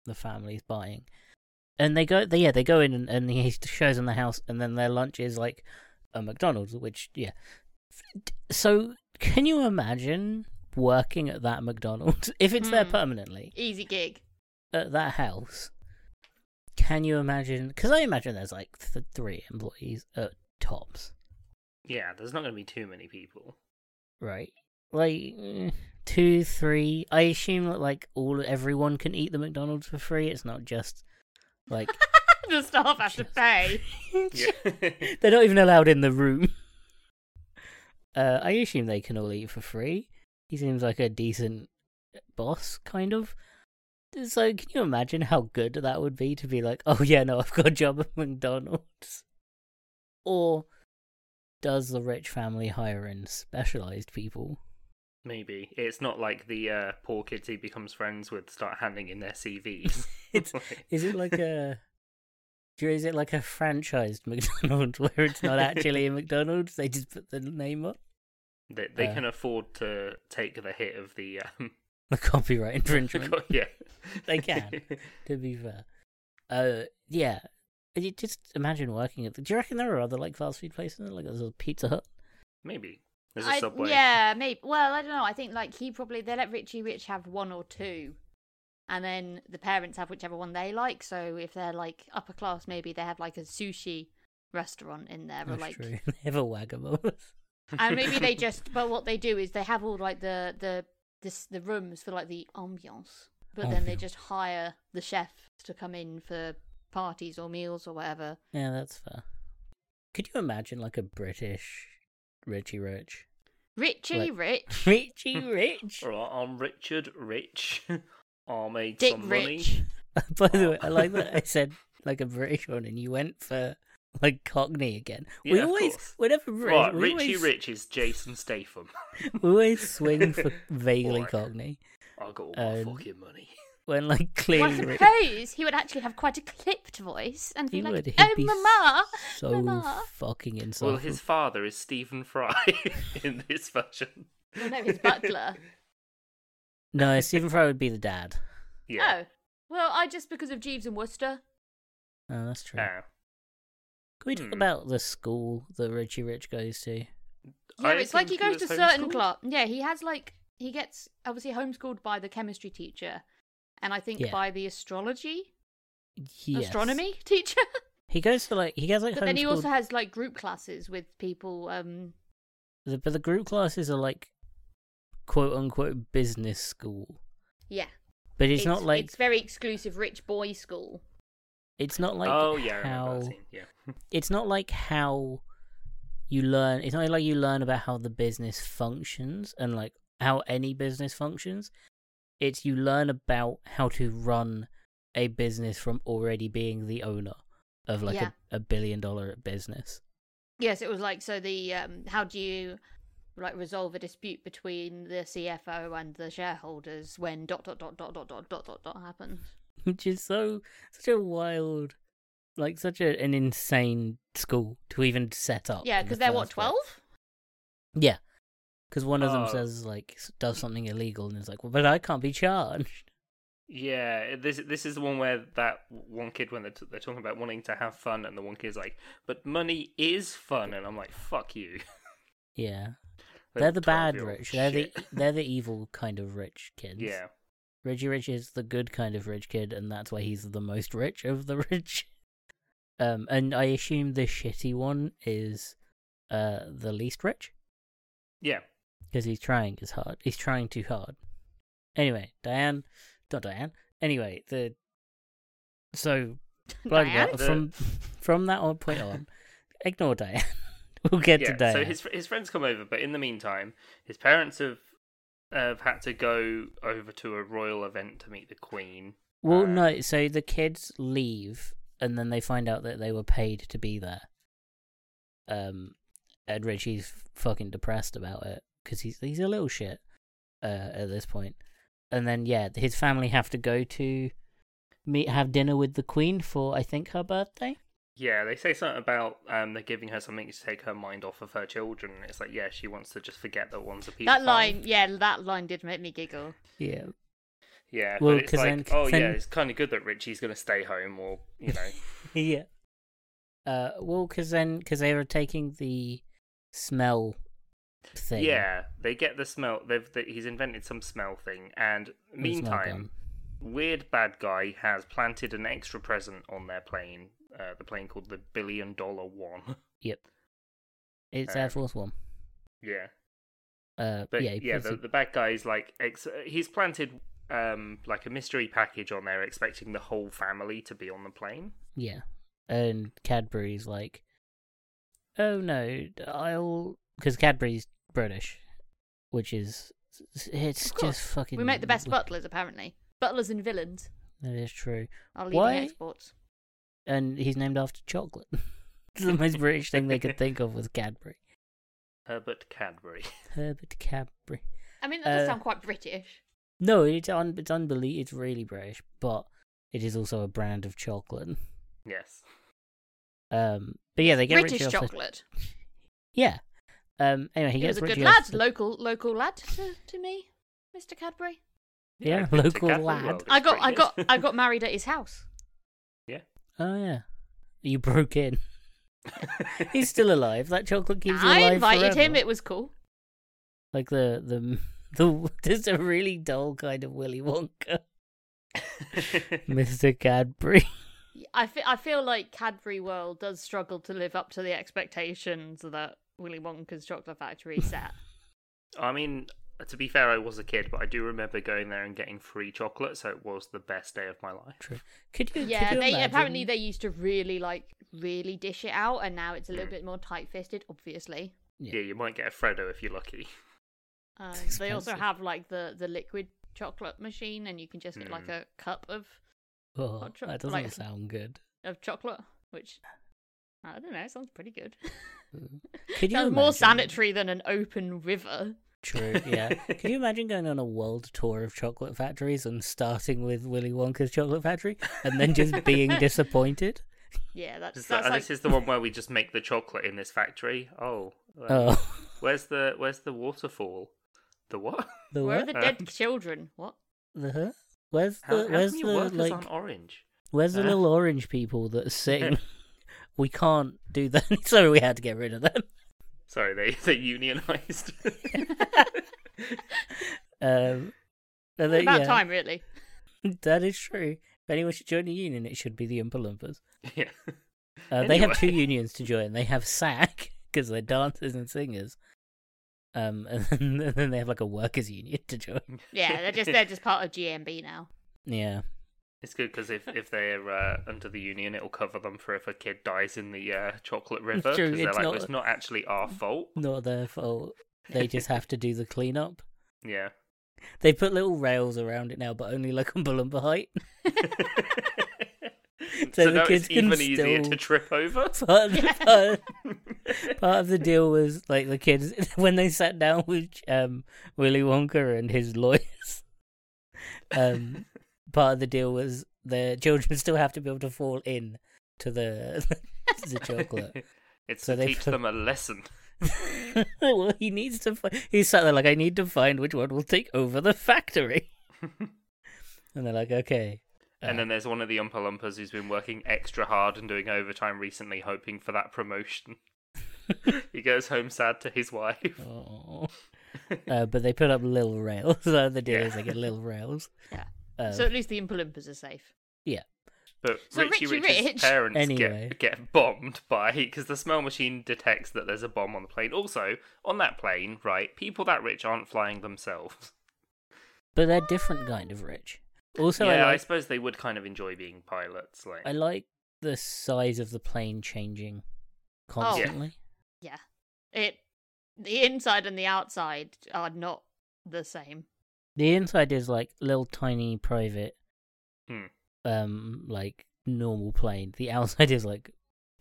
B: the family's buying. And they go, they, yeah, they go in and, and he shows them the house, and then their lunch is like a McDonald's, which, yeah. So, can you imagine working at that McDonald's if it's there
C: Hmm.
B: permanently
C: Easy gig.
B: at that house? Can you imagine? Because I imagine there's like th- three employees at tops,
A: Yeah, there's not going to be too many people.
B: right? Like mm, two, three. I assume that like all everyone can eat the McDonald's for free. It's not just like
C: the staff have to
B: Just-
C: pay.
A: Yeah.
B: They're not even allowed in the room. Uh, I assume they can all eat for free. He seems like a decent boss, kind of. So, can you imagine how good that would be to be like, oh, yeah, no, I've got a job at McDonald's? Or does the rich family hire in specialized people?
A: Maybe. It's not like the uh, poor kids he becomes friends with start handing in their CVs.
B: It's-
A: Like-
B: Is it like a. Is it like a franchised McDonald's where it's not actually a McDonald's? They just put the name on?
A: They, they
B: uh,
A: can afford to take the hit of the. Um,
B: The copyright infringement.
A: co- yeah.
B: They can. to be fair. Uh, yeah. You just imagine working at. The, do you reckon there are other like fast food places like there's a Pizza Hut?
A: Maybe. There's a
C: I,
A: subway.
C: yeah, maybe. Well, I don't know. I think like he probably they let Richie Rich have one or two, and then the parents have whichever one they like. So if they're like upper class, maybe they have like a sushi restaurant in there, or
B: That's
C: like
B: true. They have a Wagamamas.
C: and maybe they just but what they do is they have all like the the this the rooms for like the ambiance but then they
B: Ambiance.
C: just hire the chef to come in for parties or meals or whatever
B: Yeah, that's fair. Could you imagine like a British Richie Rich?
C: richie
B: Like-
C: rich
B: Richie Rich.
A: Alright, I'm Richard Rich. I made
C: dick
A: some money.
C: rich
B: By the way, I
A: Oh.
B: like that I said like a British one, and you went for like Cockney again. we
A: Yeah, of
B: always,
A: course.
B: whenever British,
A: Right,
B: we
A: Richie
B: always,
A: Rich is Jason Statham.
B: we always swing for vaguely
A: Alright.
B: Cockney
A: I got all my
B: Um,
A: fucking money.
B: when like
C: well,
B: clearly
C: i
B: Rich-
C: suppose he would actually have quite a clipped voice and be
B: He
C: like
B: would. He'd
C: oh
B: be
C: mama
B: so
C: mama
B: fucking insufferable.
A: Well, his father is Stephen Fry in this version.
C: well, no his butler
B: No, Stephen Fry would be the dad.
A: Yeah.
C: oh well i just because of jeeves and worcester
B: Oh, that's true.
A: Ah.
B: Can we talk
A: hmm.
B: about the school that Richie Rich goes to?
C: yeah
A: I
C: it's like he
A: think
C: goes
A: was
C: to certain
A: homeschooled.
C: class yeah he has like he gets obviously homeschooled by the chemistry teacher and i think
B: Yeah.
C: by the astrology
B: Yes.
C: astronomy teacher.
B: He goes to like he goes like
C: but then he also
B: homeschooled-
C: has like group classes with people. Um,
B: the, but the group classes are like quote unquote business school.
C: yeah,
B: But it's, not like
C: it's
B: it's,
C: very exclusive rich boy school.
B: not like
A: oh yeah, I
B: how
A: remember that scene. Yeah.
B: it's not like how you learn it's not like you learn about how the business functions and like how any business functions it's you learn about how to run a business from already being the owner of like
C: Yeah.
B: a, a billion dollar business
C: Yes, it was like so. The um, how do you like resolve a dispute between the CFO and the shareholders when dot dot dot dot dot dot dot dot dot happens?
B: which is so such a wild like such a, an insane school to even set up
C: yeah,
B: Oh, in the
C: because they're what
B: first place.
C: twelve.
B: yeah because one of them
A: Oh.
B: says like s- does something illegal and it's like well, but i can't be charged
A: Yeah, this this is the one where that one kid when they're, t- they're talking about wanting to have fun, and the one kid's like, "But money is fun," and I'm like, "Fuck you."
B: yeah
A: Little
B: They're the bad
A: 12-year-old
B: rich. They're the e,
A: shit.
B: they're the evil kind of rich kids.
A: yeah,
B: Richie Rich is the good kind of rich kid, and that's why he's the most rich of the rich. Um, and I assume the shitty one is, uh, the least rich
A: yeah.
B: because he's trying as hard. He's trying too hard. Anyway, Diane, not Diane. Anyway, the so bloody
C: Diane?
B: hell, from from that on point on, ignore Diane. we'll get
A: yeah.
B: to Diane.
A: So his fr- his friends come over, but in the meantime, his parents have have had to go over to a royal event to meet the queen.
B: Well,
A: Uh,
B: no. So the kids leave, and then they find out that they were paid to be there. Um, and Richie's fucking depressed about it because he's he's a little shit uh, at this point. And then yeah, his family have to go to meet have dinner with the Queen for I think her birthday.
A: Yeah, they say something about um, they're giving her something to take her mind off of her children. It's like, yeah, she wants to just forget that one's a pedophile.
C: That line, yeah, that line did make me giggle.
B: Yeah,
A: Yeah,
B: Well,
A: but it's
B: 'cause
A: like,
B: then-
A: oh yeah,
B: then-
A: it's kind of good that Richie's going to stay home, or you know,
B: yeah. Uh, well, because then because they were taking the smell thing.
A: yeah, they get the smell. They've they, he's invented some smell thing, and
B: the smell
A: meantime, weird bad guy has planted an extra present on their plane, uh, the plane called the Billion Dollar One.
B: Yep. It's Air
A: Um,
B: Force One.
A: yeah,
B: Uh,
A: but
B: yeah,
A: yeah,
B: he puts
A: the,
B: it-
A: the bad guy is like ex- uh, he's planted um like a mystery package on there, expecting the whole family to be on the plane.
B: yeah. And Cadbury's like, oh no, I'll because Cadbury's British, which is it's
C: Of course.
B: just fucking.
C: We make the best butlers, apparently. Butlers and villains
B: That is true,
C: are
B: Why-
C: leading exports.
B: and he's named after chocolate. It's the most British thing they could think of was Cadbury.
A: Herbert Cadbury.
B: Herbert Cadbury.
C: I mean, that does
B: Uh,
C: sound quite British.
B: No, it's un- it's unbelievable. It's really British, but it is also a brand of chocolate.
A: yes.
B: Um, but yeah, they get
C: British
B: Richie off the-
C: chocolate.
B: Yeah. Um. Anyway, he,
C: He,
B: gets
C: was a good
B: Richie
C: lad,
B: off the-
C: local local lad to, to me, Mr. Cadbury.
B: Yeah,
A: I've been to
B: local
A: Cadbury
B: lad.
A: World, it's
C: I got I
A: pretty
C: got
A: good.
C: I got married at his house.
B: Oh yeah. You broke in. He's still alive. That chocolate keeps him
C: I
B: alive
C: invited
B: forever.
C: him. It was cool.
B: Like the the the there's a really dull kind of Willy Wonka, Mr. Cadbury.
C: I fe- I feel like Cadbury World does struggle to live up to the expectations that Willy Wonka's Chocolate Factory set.
A: I mean, to be fair, I was a kid, but I do remember going there and getting free chocolate, so it was the best day of my life.
B: True. Could you?
C: yeah,
B: could you
C: they
B: imagine?
C: apparently they used to really like really dish it out, and now it's a little bit more tight fisted. Obviously,
B: Yeah.
A: Yeah, you might get a Freddo if you're lucky.
C: um,
B: It's
C: they also
B: expensive.
C: have like the the liquid chocolate machine, and you can just get
B: Hmm.
C: like a cup of
B: Oh,
C: hot cho-
B: that doesn't
C: like-
B: sound good.
C: of chocolate, which. I don't know. Sounds pretty good.
B: Could you
C: Sounds more
B: imagine?
C: sanitary than an open river.
B: True. Yeah. Could you imagine going on a world tour of chocolate factories and starting with Willy Wonka's chocolate factory and then just being disappointed?
C: Yeah, that's
A: Is that-
B: oh,
C: that's
A: and
C: like
A: this is the one where we just make the chocolate in this factory. Oh, uh,
B: Oh,
A: where's the where's the waterfall? The what?
B: the
C: where
B: what?
C: are the
A: Uh,
C: dead children? What?
B: The huh? Where's the
A: How, how
B: where's
A: many
B: the
A: workers
B: like
A: on orange?
B: where's the
A: Huh?
B: little orange people that sing? we can't do that. Sorry, we had to get rid of them.
A: Sorry, they they unionized.
B: Um, and then-
C: About
B: yeah,
C: time, really.
B: That is true. If anyone should join a union, it should be the Oompa Loompas.
A: yeah.
B: Uh, They have two
A: Anyway.
B: unions to join. They have SAC because they're dancers and singers. Um, and then, and then they have like a workers' union to join.
C: Yeah, they're just they're just part of GMB now.
B: Yeah,
A: It's good because if, if they're uh, under the union, it'll cover them for if a kid dies in the uh, chocolate river.
B: True,
A: 'cause they're
B: it's
A: like,
B: not-
A: it's not actually our fault.
B: not their fault. They just have to do the cleanup.
A: Yeah.
B: They put little rails around it now, but only like Oompa Loompa height.
A: so
B: So the
A: now it's
B: kids can
A: even easier
B: still-
A: to trip over.
B: part of, the, part, of- part of the deal was like the kids when they sat down with um, Willy Wonka and his lawyers. Um, part of the deal was the children still have to be able to fall in to the to the chocolate.
A: It's
B: So
A: to
B: they
A: teach
B: put-
A: them a lesson.
B: well, he needs to. Fi- he sat there like, I need to find which one will take over the factory. and they're like, okay.
A: and
B: Uh,
A: then there's one of the Oompa Loompas who's been working extra hard and doing overtime recently, hoping for that promotion. he goes home sad to his wife.
B: Oh. Aw. uh, but they put up little rails. So the deal is they get little rails.
C: Yeah.
B: Um,
C: so at least the Oompa Loompas are safe.
B: yeah.
A: But
C: So
A: Richie
C: Richie
A: Rich's
C: Rich-
A: parents
B: Anyway.
A: get, get bombed by because the smell machine detects that there's a bomb on the plane. Also, on that plane, right, people that rich aren't flying themselves.
B: But they're different kind of rich. Also,
A: yeah,
B: I
A: I
B: like
A: suppose they would kind of enjoy being pilots. Like,
B: I like the size of the plane changing
C: Oh.
B: constantly.
C: Yeah. It the inside and the outside are not the same.
B: The inside is like little tiny private,
A: Hmm.
B: um, like normal plane. The outside is like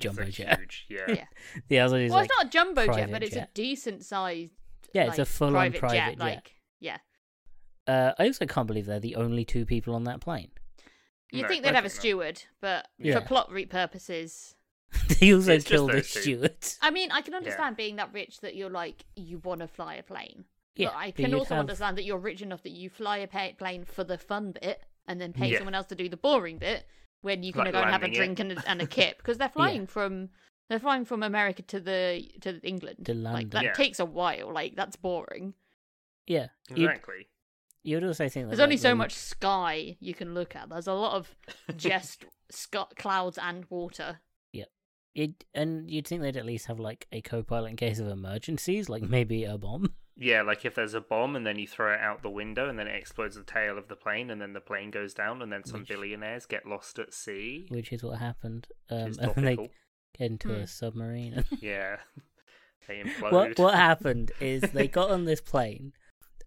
B: jumbo
A: They're
B: jet.
A: huge. Yeah.
C: Yeah.
B: The other is
C: well,
B: like
C: it's not a jumbo jet,
B: private
C: but it's
B: jet.
C: a decent sized.
B: yeah, it's a full-on
C: private,
B: private
C: jet.
B: jet.
C: Like, yeah.
B: Uh, I also can't believe they're the only two people on that plane.
C: You'd
A: No,
C: think
A: I
C: they'd have a
A: think not.
C: steward, but
B: Yeah.
C: for plot re- purposes,
B: they also
A: It's just
B: killed a
A: those two.
B: steward.
C: I mean, I can understand being that rich that you're like you want to fly a plane.
B: Yeah,
C: but I
B: but
C: can
B: you'd
C: also
B: have-
C: understand that you're rich enough that you fly a pa- plane for the fun bit and then pay
A: Yeah.
C: someone else to do the boring bit when you can
A: Like
C: go and have a
A: landing it.
C: drink and a, and a kip because they're flying from they're flying from America to the to England.
B: To
C: Like
B: London.
C: that
A: Yeah.
C: takes a while. Like that's boring.
B: Yeah, you'd,
A: Exactly.
B: you'd also think that,
C: There's only
B: like,
C: so
B: when-
C: much sky you can look at. There's a lot of just sc- clouds and water.
B: You'd, and you'd think they'd at least have like a co-pilot in case of emergencies, like maybe a bomb.
A: Yeah, like if there's a bomb and then you throw it out the window and then it explodes the tail of the plane and then the plane goes down and then some
B: Which-
A: billionaires get lost at sea.
B: which is what happened.
A: which
B: Um,
A: is
B: and they
A: topical.
B: get into
C: Hmm.
B: a submarine.
A: yeah. They implode.
B: what what happened is they got on this plane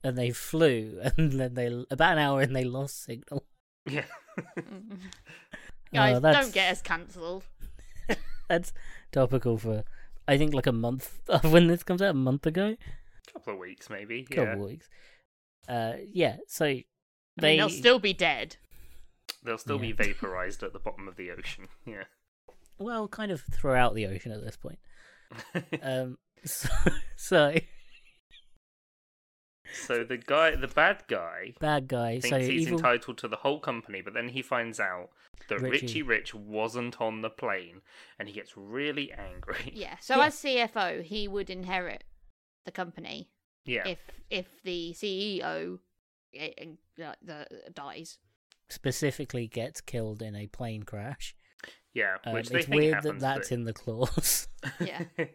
B: and they flew, and then they about an hour and they lost signal.
A: Yeah.
C: Guys,
B: Oh, that's-
C: don't get us cancelled.
B: That's topical for I think like a month when this comes out, a month ago,
A: couple of weeks maybe.
B: couple
A: Yeah.
B: of weeks. Uh, yeah. So they
C: I mean, they'll still be dead.
A: They'll still be
B: Yeah.
A: vaporized at the bottom of the ocean. Yeah.
B: well kind of throughout the ocean at this point. Um, so, so
A: so the guy, the bad guy,
B: bad guy.
A: thinks
B: So
A: he's
B: evil.
A: entitled to the whole company, but then he finds out that
B: Richie.
A: Richie. Rich wasn't on the plane, and he gets really angry.
C: Yeah. So
B: Yeah.
C: as CFO, he would inherit the company
A: Yeah.
C: if if the CEO eh, eh, the- the- dies.
B: specifically gets killed in a plane crash.
A: yeah.
B: Um,
A: Which they
B: it's
A: think
B: weird that
A: happens,
B: that's
A: but-
B: in the clause.
C: Yeah.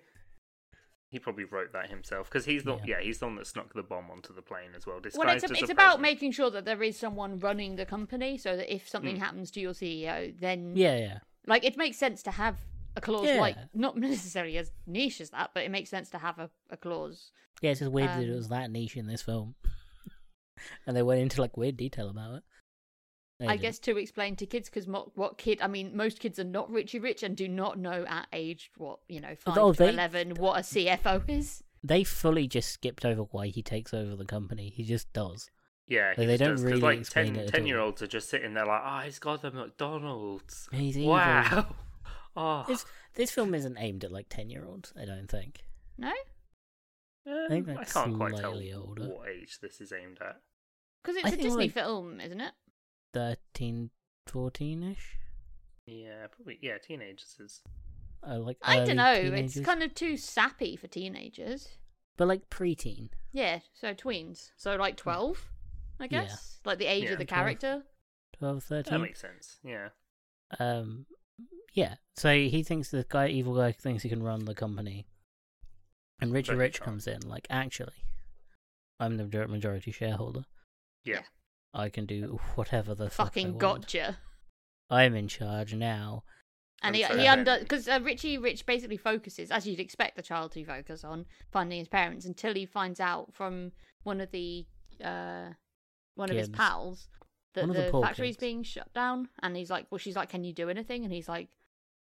A: he probably wrote that himself because he's the
B: Yeah.
A: yeah. he's the one that snuck the bomb onto the plane as well.
C: Well, it's,
A: disguised as
C: it's
A: a
C: about
A: present.
C: making sure that there is someone running the company, so that if something
A: Mm.
C: happens to your CEO, then
B: yeah, yeah.
C: like it makes sense to have a clause
B: Yeah.
C: like not necessarily as niche as that, but it makes sense to have a, a clause.
B: Yeah, it's just weird that it
C: Um,
B: was that niche in this film. and they went into like weird detail about it. They
C: I
B: didn't.
C: guess to explain to kids because what, what kid? I mean, most kids are not Richie Rich and do not know at age what you know five
B: Oh,
C: to
B: they-
C: eleven what a CFO is.
B: they fully just skipped over why he takes over the company. He just does.
A: yeah.
B: They-
A: he
B: they
A: just
B: don't
A: does, 'cause,
B: really
A: like
B: explain
A: 10,
B: it at all.
A: 10 year olds are just sitting there like, oh, he's got the McDonald's.
B: He's evil.
A: wow. Oh.
B: This
C: Ah.
B: this film isn't aimed at like ten year olds. I don't think.
C: No,
A: Um,
B: think
A: I
B: that's
A: can't quite tell
B: slightly older.
A: what age this is aimed at.
C: because
B: I
C: it's a
B: think,
C: Disney
B: like-
C: film, isn't it?
B: 13, 14 ish.
A: Yeah, probably. Yeah, teenagers is.
B: I Oh, like.
C: I don't know.
B: early
C: It's
B: teenagers.
C: kind of too sappy for teenagers.
B: But like preteen.
C: Yeah, so tweens. So like twelve, I
B: Hmm. Yeah.
C: guess. Like the age
A: Yeah.
C: of the
B: 12.
C: character.
B: 12, 13.
A: That makes sense. Yeah,
B: Um, yeah. So he thinks the guy, evil guy, thinks he can run the company, and Richie
A: But he
B: Rich
A: can't.
B: comes in like, actually, I'm the major- majority shareholder.
A: yeah,
C: Yeah.
B: I can do whatever the fuck I
C: Fucking
B: want.
C: gotcha.
B: I'm in charge now.
A: And
C: And he,
A: so
C: he
A: then-
C: under because uh, Richie Rich basically focuses, as you'd expect a child to focus on finding his parents, until he finds out from one of the uh, one of his
B: Kids.
C: pals that
B: One of the
C: the
B: poor
C: factory's
B: kids.
C: being shut down, and he's like, well, she's like, can you do anything? And he's like,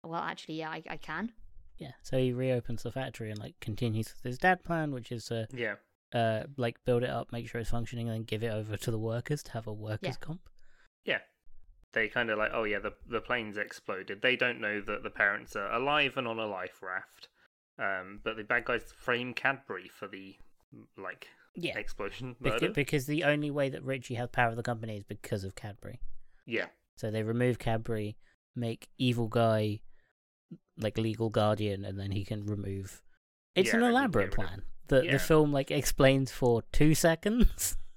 C: well, actually, yeah, I, I can.
B: Yeah. So he reopens the factory and like continues with his dad plan, which is to
A: yeah.
B: uh like build it up, make sure it's functioning, and then give it over to the workers to have a workers comp.
A: Yeah. They kind of like, oh yeah, the the plane's exploded. They don't know that the parents are alive and on a life raft. Um, but the bad guys frame Cadbury for the mm, like
B: Yeah.
A: explosion
B: Beca-
A: murder.
B: because the only way that Richie has power of the company is because of Cadbury.
A: yeah,
B: So they remove Cadbury, make evil guy like legal guardian, and then he can remove. It's
A: Yeah,
B: an
A: and you can
B: elaborate
A: get rid of-
B: plan that
A: Yeah.
B: the film like explains for two seconds.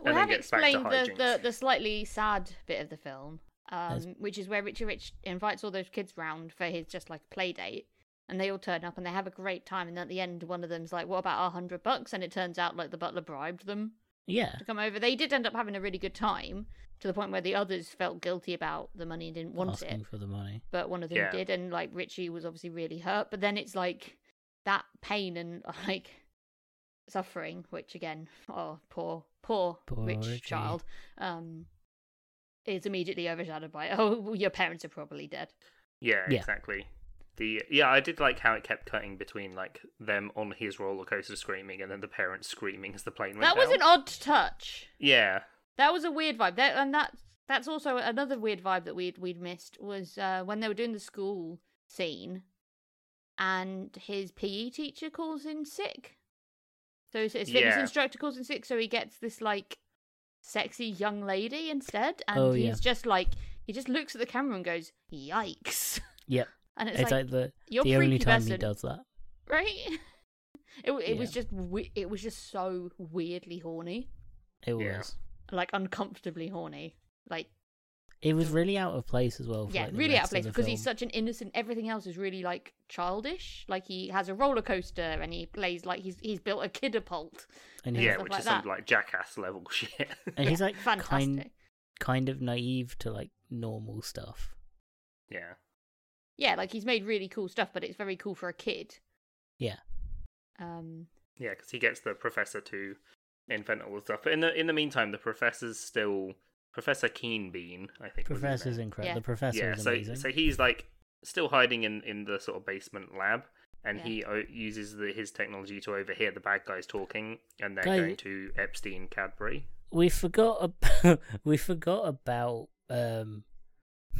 C: We
A: And then
C: have
A: gets back to
C: explained the, the,
A: hijinks.
C: the slightly sad bit of the film,
B: That's-
C: um, which is where Richie Rich invites all those kids round for his just like play date, and they all turn up and they have a great time. And at the end, one of them's like, "What about our hundred bucks?" And it turns out like the butler bribed them
B: yeah,
C: to come over. They did end up having a really good time to the point where the others felt guilty about the money and didn't want
B: asking
C: it,
B: for the money.
C: but one of them
A: Yeah.
C: did, and like Richie was obviously really hurt. But then it's like that pain and like suffering, which again, oh poor, poor,
B: Poor
C: rich
B: Richie.
C: child, um, is immediately overshadowed by oh your parents are probably dead.
A: yeah,
B: Yeah.
A: exactly. The yeah, I did like how it kept cutting between like them on his roller coaster screaming and then the parents screaming as the plane went
C: that was
A: down.
C: an odd touch.
A: Yeah,
C: That was a weird vibe. That and that that's also another weird vibe that we'd we'd missed was uh, when they were doing the school scene, and his PE teacher calls in sick. So his, his fitness
A: Yeah.
C: instructor calls in sick, so he gets this like sexy young lady instead, and
B: Oh,
C: he's
B: yeah.
C: just like he just looks at the camera and goes, "Yikes!"
B: Yep.
C: And it's,
B: It's,
C: like,
B: like, the
C: you're
B: the only time he
C: prepubescent.
B: does that.
C: right? It it was
B: Yeah.
C: just we- it was just so weirdly horny,
B: It was.
A: Yeah.
C: like uncomfortably horny, like.
B: It was really out of place as well. For
C: yeah,
B: like, the
C: really out
B: rest
C: of place
B: the
C: because he's
B: film.
C: such an innocent. Everything else is really like childish. Like he has a roller coaster and he plays like he's he's built a kidapult.
B: and he's,
A: yeah,
C: stuff
A: which
C: like
A: is some
C: that.
A: like jackass level shit.
B: and he's
C: Yeah,
B: like kind
C: fantastic.
B: kind of naive to like normal stuff.
A: yeah,
C: Yeah, like he's made really cool stuff, but it's very cool for a kid.
B: Yeah,
C: Um,
A: yeah, because he gets the professor to invent all the stuff. But in the in the meantime, the professor's still Professor Keen Bean, I think. was his
B: professor's
A: name.
B: incredible.
C: Yeah.
B: The professor
A: yeah,
B: is
A: so
B: amazing.
A: so he's like still hiding in in the sort of basement lab, and
C: Yeah.
A: he o- uses the, his technology to overhear the bad guys talking, and they're
B: Guy-
A: going to Epstein Cadbury.
B: we forgot ab- we forgot about um.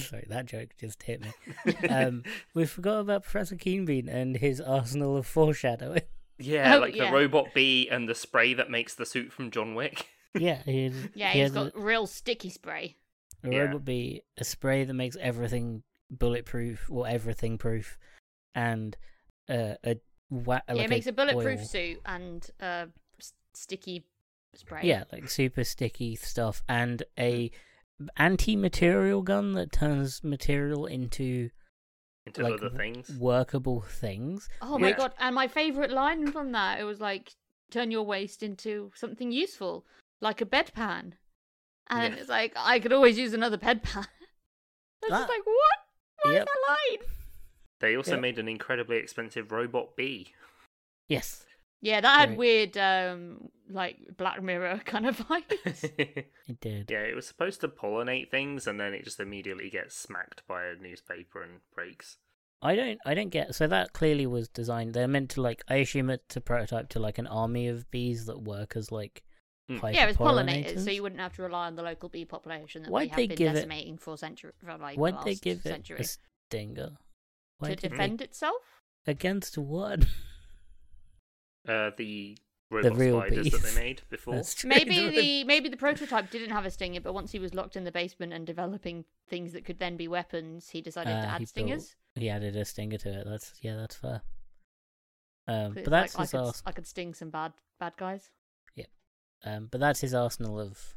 B: Sorry, that joke just hit me. Um, we forgot about Professor Keenbean and his arsenal of foreshadowing.
A: Yeah,
C: Oh,
A: like
C: yeah.
A: the robot bee and the spray that makes the suit from John Wick.
B: yeah, he has,
C: yeah,
B: he
C: he's
B: has
C: got real sticky spray.
B: a, a
A: yeah.
B: robot bee, a spray that makes everything bulletproof or everything proof, and uh, a wa-
C: yeah,
B: like
C: it makes a bulletproof
B: oil-
C: suit and uh s- sticky spray.
B: Yeah, like super sticky stuff and a
C: Hmm.
B: anti-material gun that turns material into
A: Into
B: like
A: other things.
B: workable things.
C: Oh my
A: Yeah.
C: god! And my favorite line from that it was like, "Turn your waste into something useful, like a bedpan." And
A: Yeah.
C: it's like I could always use another bedpan.
B: That-
C: It's just like what? Why
B: Yep.
C: is that line?
A: They also
B: Yeah.
A: made an incredibly expensive robot bee.
B: Yes.
C: Yeah, that had
B: Right.
C: weird, um, like Black Mirror kind of vibes.
A: yeah,
B: It did.
A: it was supposed to pollinate things, and then it just immediately gets smacked by a newspaper and breaks.
B: I don't I don't get so that clearly was designed they're meant to like I assume it's a prototype to like an army of bees that work as like
A: Mm.
B: hyper
C: yeah, it was pollinators, so
B: pollinators.
C: you wouldn't have to rely on the local bee population that
B: Why'd
C: we have
B: they
C: been
B: give it-
C: decimating for century for like the
B: Why'd they
C: last
B: give it
C: century
B: a stinger? Why
C: to
B: did they-
C: defend itself.
B: against what?
A: Uh, the robot
B: real
A: spiders that
B: bees.
A: they made before.
B: That's true.
C: Maybe the maybe the prototype didn't have a stinger, but once he was locked in the basement and developing things that could then be weapons, he decided
B: Uh,
C: to
B: he
C: add
B: built-
C: stingers.
B: he added a stinger to it. That's yeah, that's fair. Um,
C: 'Cause
B: but
C: it's
B: that's
C: like,
B: his
C: I could,
B: arse-
C: I could sting some bad bad guys.
B: um, but that's his arsenal of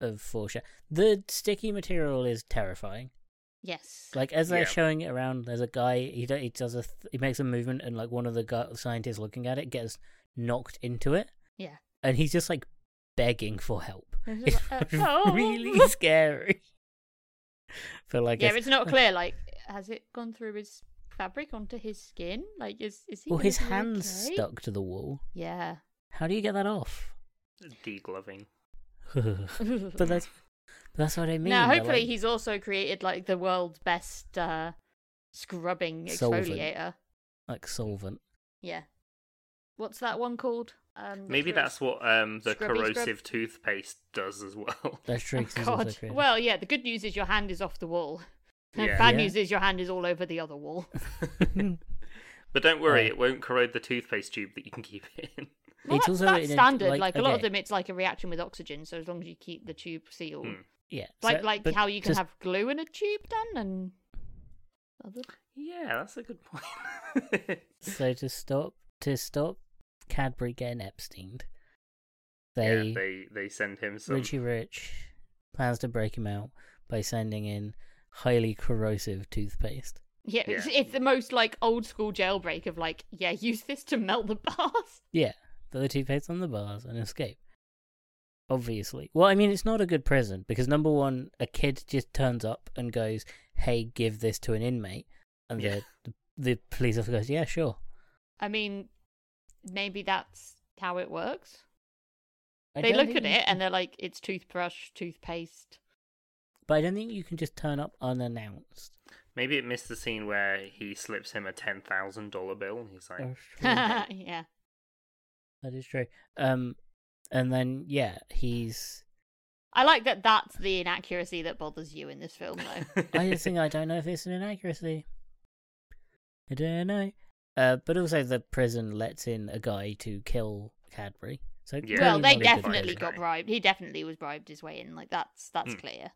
B: of foreshadow. The sticky material is terrifying.
C: Yes.
B: Like as they're
A: Yeah.
B: showing it around, there's a guy. He do, he does a th- he makes a movement, and like one of the gu scientists looking at it gets knocked into it,
C: yeah.
B: and he's just like begging for help.
C: It's
B: It's
C: just like, uh, help.
B: really scary. but like
C: yeah, but it's not clear. Like, has it gone through his fabric onto his skin? Like, is is he?
B: Well,
C: gonna
B: his
C: be
B: hands
C: okay?
B: stuck to the wall.
C: Yeah.
B: How do you get that off?
C: Oh,
A: Degloving.
B: but that's that's what I mean.
C: now,
B: they're
C: hopefully,
B: like-
C: he's also created like the world's best uh, scrubbing
B: Solvent.
C: exfoliator.
B: like solvent.
C: Yeah. What's that one called? Um,
A: Maybe
C: for-
A: that's what um, the
C: Scrubby scrub.
A: corrosive toothpaste does as well.
B: That's true. 'cause
C: Oh,
B: he's also
C: God.
B: creative.
C: Well, yeah, the good news is your hand is off the wall. The
A: Yeah.
C: Bad
B: Yeah.
C: news is your hand is all over the other wall.
A: But don't worry,
B: Oh.
A: it won't corrode the toothpaste tube that you can keep it in.
C: Well,
B: It's
C: that's,
B: also
C: that's
B: in a-
C: standard.
B: like,
C: Like, a lot of
B: okay.
C: them, it's like a reaction with oxygen. So as long as you keep the tube sealed,
A: Hmm.
B: yeah,
C: like
B: so-
C: like
B: but
C: how you can
B: just-
C: have glue in a tube done and other.
A: Yeah, that's a good point.
B: So to stop to stop Cadbury getting Epstein,
A: yeah,
B: they,
A: they they send him some.
B: Richie Rich plans to break him out by sending in highly corrosive toothpaste.
C: Yeah, It's,
A: Yeah.
C: it's the most like old school jailbreak of like, yeah, use this to melt the bars.
B: Yeah, put the toothpaste on the bars and escape. Obviously, well, I mean, it's not a good prison because number one, a kid just turns up and goes, "Hey, give this to an inmate," and
A: Yeah.
B: the, the police officer goes, "Yeah, sure."
C: I mean, maybe that's how it works.
B: I
C: they
B: don't
C: look
B: think
C: at
B: you
C: it
B: can-
C: and they're like, it's toothbrush, toothpaste.
B: but I don't think you can just turn up unannounced.
A: Maybe it missed the scene where he slips him a ten thousand dollar bill. and He's like,
B: That's true.
C: yeah.
B: that is true. Um, and then yeah, he's.
C: I like that that's the inaccuracy that bothers you in this film, though.
B: Oh, I just think I don't know if it's an inaccuracy. I don't know. Uh, but also the prison lets in a guy to kill Cadbury. So
A: Yeah.
C: well,
B: really
C: they
B: not a good
C: definitely
B: thing.
C: got
A: guy.
C: bribed. He definitely was bribed his way in. Like that's that's
A: Mm.
C: clear.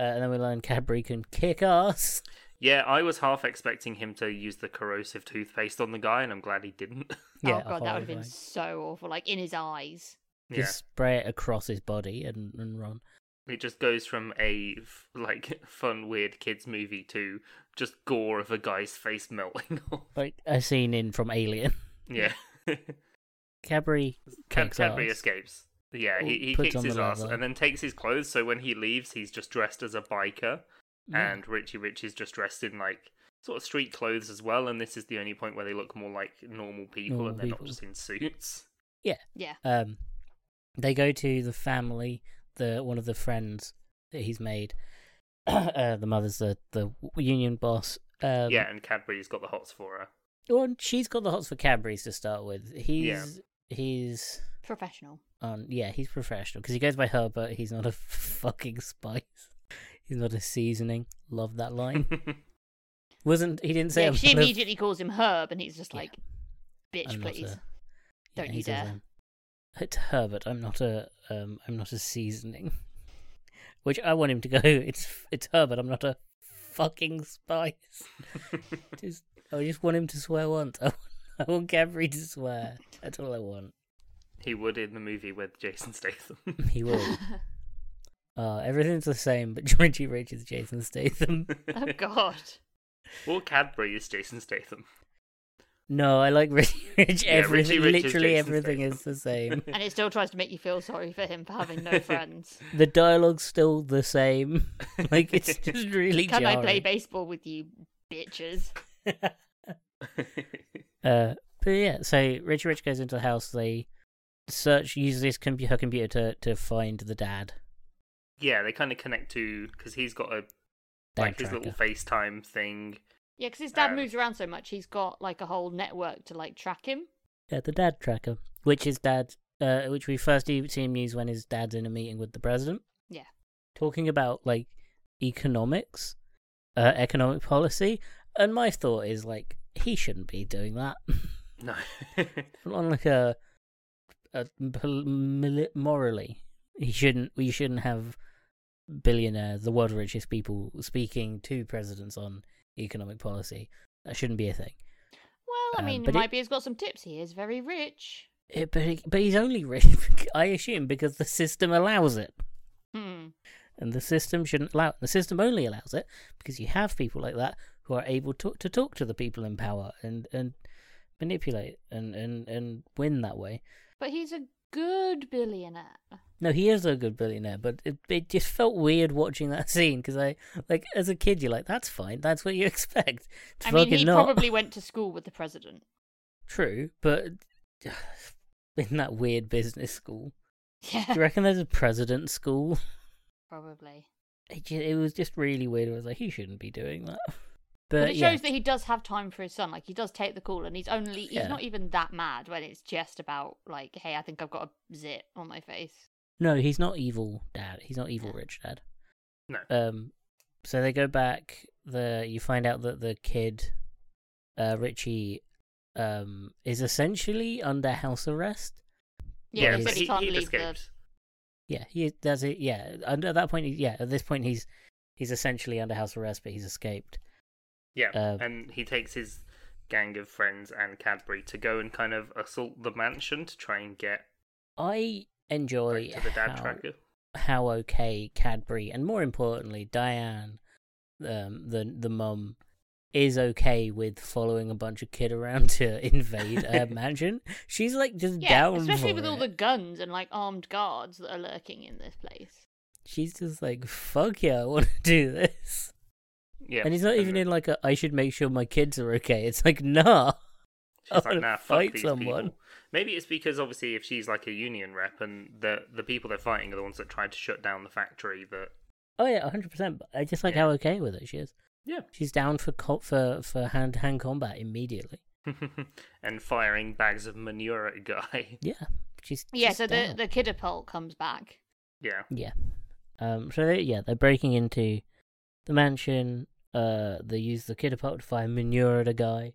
B: Uh, and then we learn Cadbury can kick ass.
A: yeah, I was half expecting him to use the corrosive toothpaste on the guy, and I'm glad he didn't.
B: yeah,
C: oh god, that would have been
B: horrifying.
C: so awful. Like in his eyes.
A: yeah,
B: Just spray it across his body and, and run.
A: it just goes from a f- like fun, weird kids movie to just gore of a guy's face melting off.
B: Like a scene in from Alien.
A: Yeah,
B: Cadbury
A: Cad-
B: kicks
A: Cadbury
B: ass.
A: escapes. Yeah,
B: Or
A: he, he
B: puts
A: kicks
B: on
A: his
B: the
A: ass
B: leather.
A: and then takes his clothes. So when he leaves, he's just dressed as a biker,
B: Yeah.
A: and Richie Rich is just dressed in like sort of street clothes as well. And this is the only point where they look more like normal people,
B: Normal
A: and they're
B: people.
A: not just in suits.
C: Yeah.
B: um, they go to the family, the one of the friends that he's made. uh, the mother's the the union boss. Um,
A: yeah, and Cadbury's got the hots for her.
B: well, and she's got the hots for Cadbury's to start with. He's he's
C: Professional.
B: on. Yeah, he's professional because he goes by her, but he's not a fucking spice. He's not a seasoning. Love that line. Wasn't he? Didn't say.
C: Yeah,
B: I'm
C: she
B: not a-
C: immediately calls him Herb, and he's just
B: Yeah.
C: like,
B: I'm
C: "Bitch,
B: not
C: please."
B: a- yeah,
C: Don't
B: he
C: you
B: says,
C: dare.
B: um, "It's Herbert. I'm not a. Um, I'm not a seasoning." Which I want him to go. It's it's Herbert. I'm not a fucking spice. just I just want him to swear once. I want, I want Gabri to swear. That's all I want.
A: he would in the movie with Jason Statham.
B: He will. Uh, everything's the same, but Richie Rich is Jason Statham.
C: oh god.
A: or Cadbury is Jason Statham.
B: No, I like Richie Rich.
A: Yeah, Richie
B: Everything,
A: Rich is
B: literally
A: Jason
B: everything
A: Statham.
B: is the same.
C: And it still tries to make you feel sorry for him for having no friends.
B: The dialogue's still the same. Like it's just really.
C: Can I play
B: jarring.
C: baseball with you, bitches?
B: Uh, but yeah, so Richie Rich goes into the house. They search, use this com- her computer to, to find the dad.
A: yeah, they kind of connect to because he's got a
B: dad
A: like his
B: tracker.
A: little FaceTime thing.
C: Yeah, because his dad
A: Um,
C: moves around so much, he's got like a whole network to like track him.
B: Yeah, the dad tracker, which his dad, uh, which we first e- see him use when his dad's in a meeting with the president.
C: Yeah.
B: talking about like economics, uh, economic policy, and my thought is like he shouldn't be doing that
A: No,
B: on like a, a pol- mili- morally he shouldn't we shouldn't have billionaires the world richest people speaking to presidents on economic policy that shouldn't be a thing
C: Well, I
B: Um,
C: mean,
B: but
C: it
B: it-
C: might be he's got some tips. He is very rich.
B: it, Eh, but, he- but he's only rich i assume because the system allows it
C: Hmm.
B: and the system shouldn't allow the system only allows it because you have people like that who are able to, to talk to the people in power and and manipulate and and and win that way
C: But he's a good billionaire.
B: No, he is a good billionaire, but it, it just felt weird watching that scene because I, like, as a kid, you're like, that's fine, that's what you expect. It's
C: I mean,
B: fucking
C: he
B: not
C: probably went to school with the president.
B: true, but in that weird business school, do you
C: Yeah,
B: reckon there's a president school?
C: probably.
B: It, ju- it was just really weird. I was like, he shouldn't be doing that.
C: But,
B: But,
C: it
B: yeah,
C: shows that he does have time for his son. Like he does take the call, and he's only—he's
B: Yeah.
C: not even that mad when it's just about like, "Hey, I think I've got a zit on my face."
B: no, he's not evil, dad. He's not evil, rich dad.
A: no.
B: um so they go back the you find out that the kid uh richie um is essentially under house arrest
C: Yeah,
B: Yeah,
C: he
B: but
C: said he,
B: he-
C: can't
A: he'd
C: leave the.
A: escaped.
B: yeah he does it yeah under at that point he, yeah at this point he's he's essentially under house arrest but he's escaped
A: Yeah,
B: uh,
A: and he takes his gang of friends and Cadbury to go and kind of assault the mansion to try and get
B: i
A: like,
B: enjoy
A: to the dad
B: how,
A: tracker.
B: how okay cadbury and more importantly diane um the the mum is okay with following a bunch of kid around to invade her mansion she's like just
C: Yeah,
B: down
C: especially
B: for
C: with all
B: it.
C: the guns and like armed guards that are lurking in this place.
B: she's just like, fuck yeah, I want to do this.
A: Yeah,
B: and he's not even in like a, I should make sure my kids are okay. It's like, nah. I
A: She's like,
B: wanna
A: nah, fuck
B: Oh, fight
A: these
B: someone."
A: people. Maybe it's because obviously, if she's like a union rep, and the the people they're fighting are the ones that tried to shut down the factory that
B: Oh yeah, hundred percent. I just like
A: Yeah.
B: how okay with it she is.
A: Yeah.
B: She's down for co- for for hand to hand combat immediately.
A: and firing bags of manure at a guy.
B: Yeah, she's
C: Yeah,
B: she's
C: so the,
B: down.
C: the kidapult comes back.
A: Yeah.
B: yeah. Um. So they, yeah, they're breaking into the mansion. Uh, they use the kidapult to fire manure at a guy.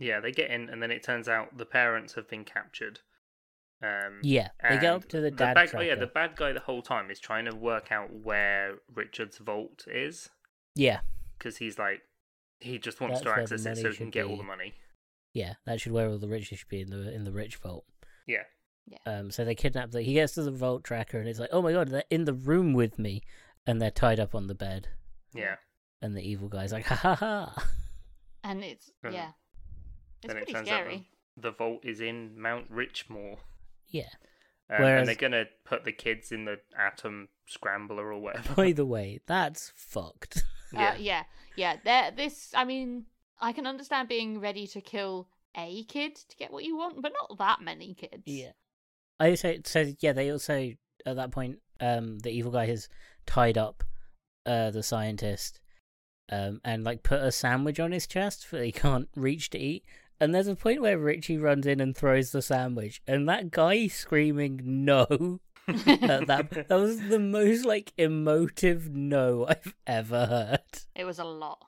A: Yeah, they get in, and then it turns out the parents have been captured. Um,
B: Yeah, they get
A: and
B: up to the dad
A: bad, oh, yeah,
B: tracker.
A: the bad guy the whole time is trying to work out where Richard's vault is
B: Yeah,
A: because he's like, he just wants
B: That's where
A: to
B: the
A: access it so
B: money
A: he can
B: should
A: get all the
B: be.
A: money.
B: yeah. That should where all the riches should be in the in the rich vault.
A: Yeah.
B: Um. So they kidnap the. He gets to the vault tracker and it's like, oh my god, they're in the room with me, and they're tied up on the bed.
A: Yeah.
B: And the evil guy's like, ha ha ha.
C: And it's,
A: And
C: yeah. It's
A: then it
C: pretty
A: turns out
C: scary.
A: the vault is in Mount Richmore.
B: Yeah.
A: Um,
B: Whereas-
A: And they're going to put the kids in the atom scrambler or whatever.
B: By the way, that's fucked.
C: Uh, yeah, yeah. There, this. I mean, I can understand being ready to kill a kid to get what you want, but not that many kids.
B: I also so yeah, they also at that point, um, the evil guy has tied up uh the scientist um and like put a sandwich on his chest for he can't reach to eat. And there's a point where Richie runs in and throws the sandwich, and that guy screaming no at that that was the most like emotive no I've ever heard.
C: It was a lot.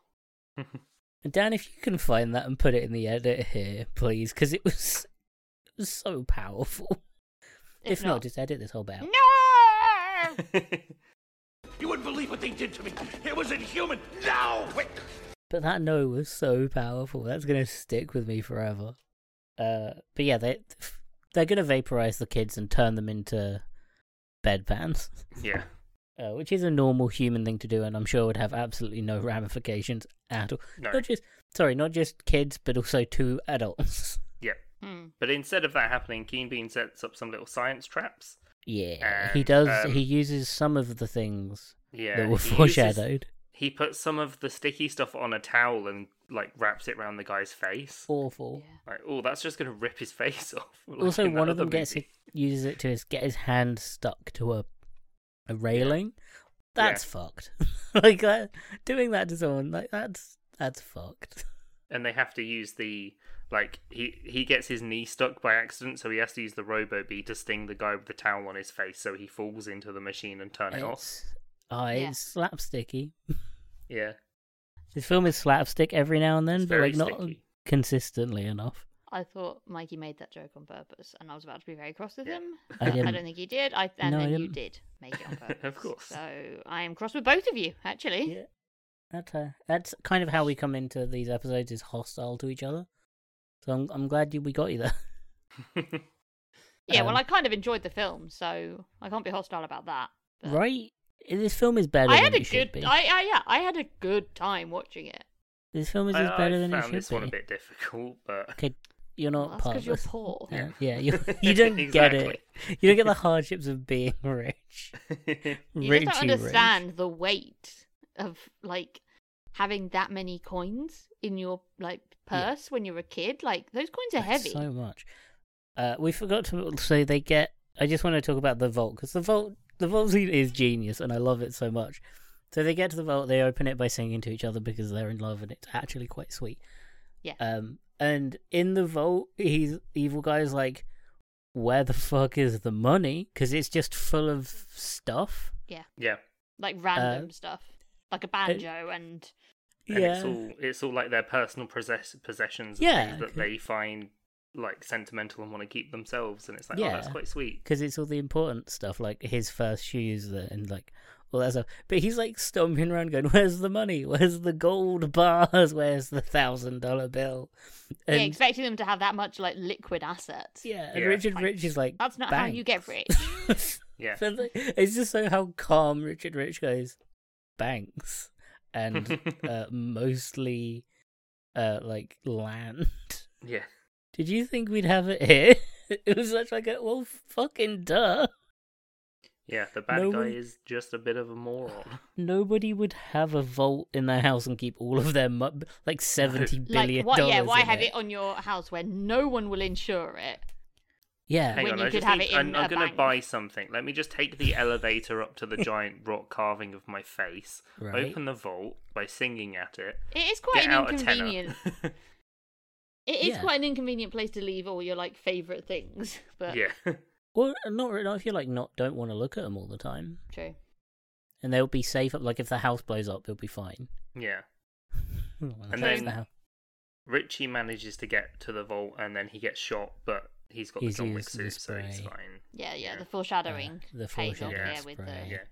B: Dan, if you can find that and put it in the edit here, please, because it was, it was so powerful. If, not, just edit this whole bit out.
C: no.
D: You wouldn't believe what they did to me. It was inhuman. Now, quick!
B: But that no was so powerful. That's gonna stick with me forever. Uh, but yeah, they they're gonna vaporize the kids and turn them into bedpans,
A: yeah.
B: uh, which is a normal human thing to do, and I'm sure would have absolutely no ramifications at all.
A: No.
B: Not just sorry, not just kids, but also two adults.
A: Yeah.
C: Hmm.
A: But instead of that happening, Keen Bean sets up some little science traps.
B: Yeah, he
A: And,
B: does.
A: um,
B: he uses some of the things
A: Yeah.
B: that were
A: he uses-
B: foreshadowed.
A: he puts some of the sticky stuff on a towel and like wraps it around the guy's face.
B: Awful.
A: Like, oh, that's just gonna rip his face off. like
B: also,
A: in that
B: one of
A: other
B: them gets it,
A: movie.
B: uses it to his, get his hand stuck to a a railing. That's fucked. like that, doing that to someone like that's that's fucked.
A: and they have to use the like he he gets his knee stuck by accident, so he has to use the robo bee to sting the guy with the towel on his face, so he falls into the machine and turn it off.
B: It's, oh,
C: Yeah.
B: it's slapsticky.
A: Yeah,
B: This film is slapstick every now and then,
A: It's
B: but
A: very
B: like not
A: sticky.
B: consistently enough.
C: I thought Mikey made that joke on purpose, and I was about to be very cross with
A: Yeah.
C: him.
B: I didn't.
C: don't think he did. I and
B: No, I
C: then you
B: didn't.
C: did make it on purpose.
A: Of course.
C: So I am cross with both of you, actually.
B: Yeah, that's uh, that's kind of how we come into these episodes is hostile to each other. So I'm I'm glad you, we got you there.
C: Yeah, well,
B: Um,
C: I kind of enjoyed the film, so I can't be hostile about that. but-
B: right? This film is better.
C: I
B: than
C: had
B: it
C: a
B: should
C: good.
B: be.
C: I, I yeah, I had a good time watching it.
B: This film is
A: I,
B: just better
A: I
B: than it
A: found
B: should
A: this
B: be.
A: one a bit difficult, but
B: Okay, you're
C: Well,
B: not
C: that's
B: part
C: because
B: of
C: you're
B: this.
C: poor.
B: Yeah, yeah, you you don't get it. You don't get the hardships of being rich.
C: You
B: rich,
C: just don't
B: you rich.
C: understand the weight of like having that many coins in your like
B: Yeah.
C: purse when you're a kid. Like those coins are
B: That's
C: heavy.
B: So much. Uh, we forgot to. So they get. I just want to talk about the vault because the vault, the vault scene is genius, and I love it so much. So they get to the vault. They open it by singing to each other because they're in love, and it's actually quite sweet.
C: Yeah.
B: Um. And in the vault, he's evil guy's like, "Where the fuck is the money? Because it's just full of stuff."
A: yeah,
B: uh,
C: Like random stuff, like a banjo and
A: and it's all it's all like their personal possess- possessions, and
B: Yeah,
A: things that
B: okay.
A: they find like sentimental and want to keep themselves, and it's like, oh, that's
B: Yeah.
A: quite sweet.
B: because it's all the important stuff, like his first shoes that, and like all that stuff. But he's like stomping around, going, "Where's the money? Where's the gold bars? Where's the thousand dollar bill?"
C: yeah,
B: And
C: expecting them to have that much like liquid assets.
B: yeah, and
A: Yeah.
B: Richard
C: Like,
B: Rich is like,
C: That's not how you get rich.
B: rich."
A: Yeah.
B: so like, it's just so how calm Richard Rich goes, banks, and uh, mostly uh, like land.
A: Yeah.
B: Did you think we'd have it here? It was such like a well, fucking duh.
A: Yeah, the bad
B: No
A: guy
B: one-
A: is just a bit of a moron.
B: nobody would have a vault in their house and keep all of their mo- like seventy billion
C: like why?
B: dollars.
C: Yeah, why
B: in
C: have
B: it?
C: it on your house where no one will insure it?
B: Yeah.
A: Hang
C: When
A: on,
C: you
A: I
C: could
A: just
C: have
A: need,
C: it in
A: I'm, I'm
C: a
A: gonna
C: bank.
A: buy something. Let me just take the elevator up to the giant rock carving of my face.
B: Right.
A: Open the vault by singing at it.
C: It is quite
A: get
C: an
A: out a tenner.
C: inconvenient. It is
B: Yeah.
C: quite an inconvenient place to leave all your like favorite things. But
A: yeah.
B: Well, not really. Not if you like not don't want to look at them all the time,
C: true.
B: and they'll be safe. Up like if the house blows up, they'll be fine.
A: Yeah.
B: Well,
A: Hmm. And
B: that's
A: then
B: the house.
A: Richie manages to get to the vault and then he gets shot, but he's got
B: He's
A: the John Wick
B: used the
A: suit, so he's
B: spray.
A: fine.
C: Yeah, yeah.
A: Yeah.
C: The foreshadowing.
B: Yeah, the
C: pays off
A: foreshadowing
C: there with
B: spray.
C: the.
A: Yeah.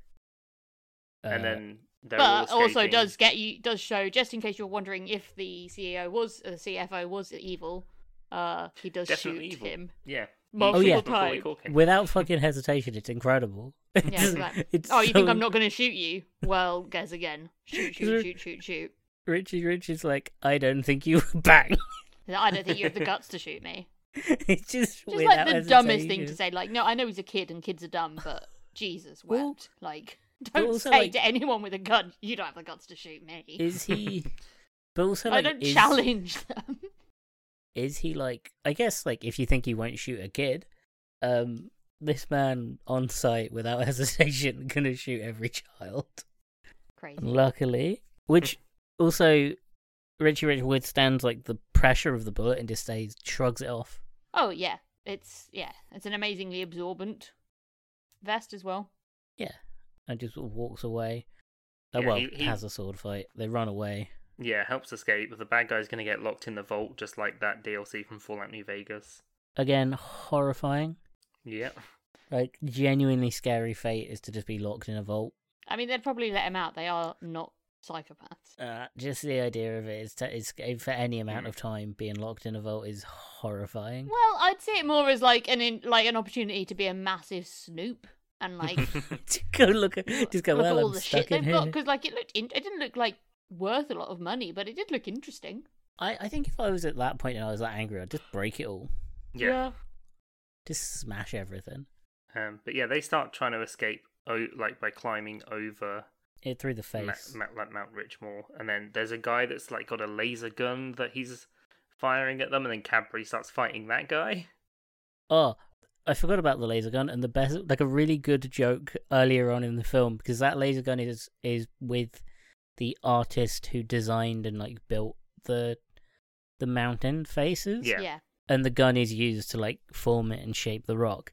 B: Yeah.
A: and
B: Uh,
A: then they're all
C: But also
A: escaping.
C: does get you does show just in case you're wondering if the CEO was uh, CFO was evil. Uh, he does
A: definitely
C: shoot
A: evil.
C: him.
A: Yeah.
C: Multiple
A: Before
B: yeah.
A: we
C: times.
A: caught him.
B: without fucking hesitation, it's incredible.
C: Yeah,
B: It's-
C: it's like,
B: it's
C: oh, you think
B: so-
C: I'm not going to shoot you? Well, guess again. Shoot, shoot, shoot, shoot, shoot.
B: Richie Rich is like, I don't think you bang.
C: I don't think you have the guts to shoot me.
B: it's just
C: Just
B: without
C: like the dumbest
B: hesitation.
C: thing to say. Like, no, I know he's a kid and kids are dumb, but Jesus wept.
B: Well,
C: like, don't
B: also,
C: say
B: like-
C: to anyone with a gun, you don't have the guts to shoot me.
B: Is he? But also,
C: I
B: like,
C: don't
B: is,
C: challenge them.
B: Is he like? I guess like if you think he won't shoot a kid, um, this man on site without hesitation gonna shoot every child.
A: Mm-hmm.
C: Crazy.
B: Luckily, which also Richie Rich withstands like the pressure of the bullet and just stays shrugs it off.
C: Oh yeah, it's yeah, it's an amazingly absorbent vest as well.
B: Yeah, and just sort of walks away. Uh,
A: Yeah,
B: well,
A: he- he-
B: has a sword fight. They run away.
A: Yeah, helps escape. The bad guy's gonna get locked in the vault, just like that DLC from Fallout New Vegas.
B: Again, horrifying.
A: Yeah.
B: Like genuinely scary fate is to just be locked in a vault.
C: I mean, they'd probably let him out. They are not psychopaths.
B: Uh, just the idea of it is, to, is eh, for any amount
A: Mm.
B: of time being locked in a vault is horrifying.
C: Well, I'd see it more as like an in, like an opportunity to be a massive snoop and like
B: to go look, at, just go.
C: look at
B: well,
C: all
B: I'm
C: the
B: stuck
C: shit
B: in
C: they've
B: here.
C: got because like it looked in- it didn't look like worth a lot of money, but it did look interesting.
B: I, I think if I was at that point and I was that angry, I'd just break it all,
A: Yeah.
B: just smash everything.
A: Um, but yeah, they start trying to escape, oh, like by climbing over
B: It through the
A: Ma-
B: face.
A: Ma- like Mount Richmore, and then there's a guy that's like got a laser gun that he's firing at them, and then Cadbury starts fighting that guy.
B: Oh, I forgot about the laser gun and the best, like a really good joke earlier on in the film because that laser gun is is with the artist who designed and like built the the mountain faces.
A: Yeah.
C: yeah,
B: and the gun is used to like form it and shape the rock.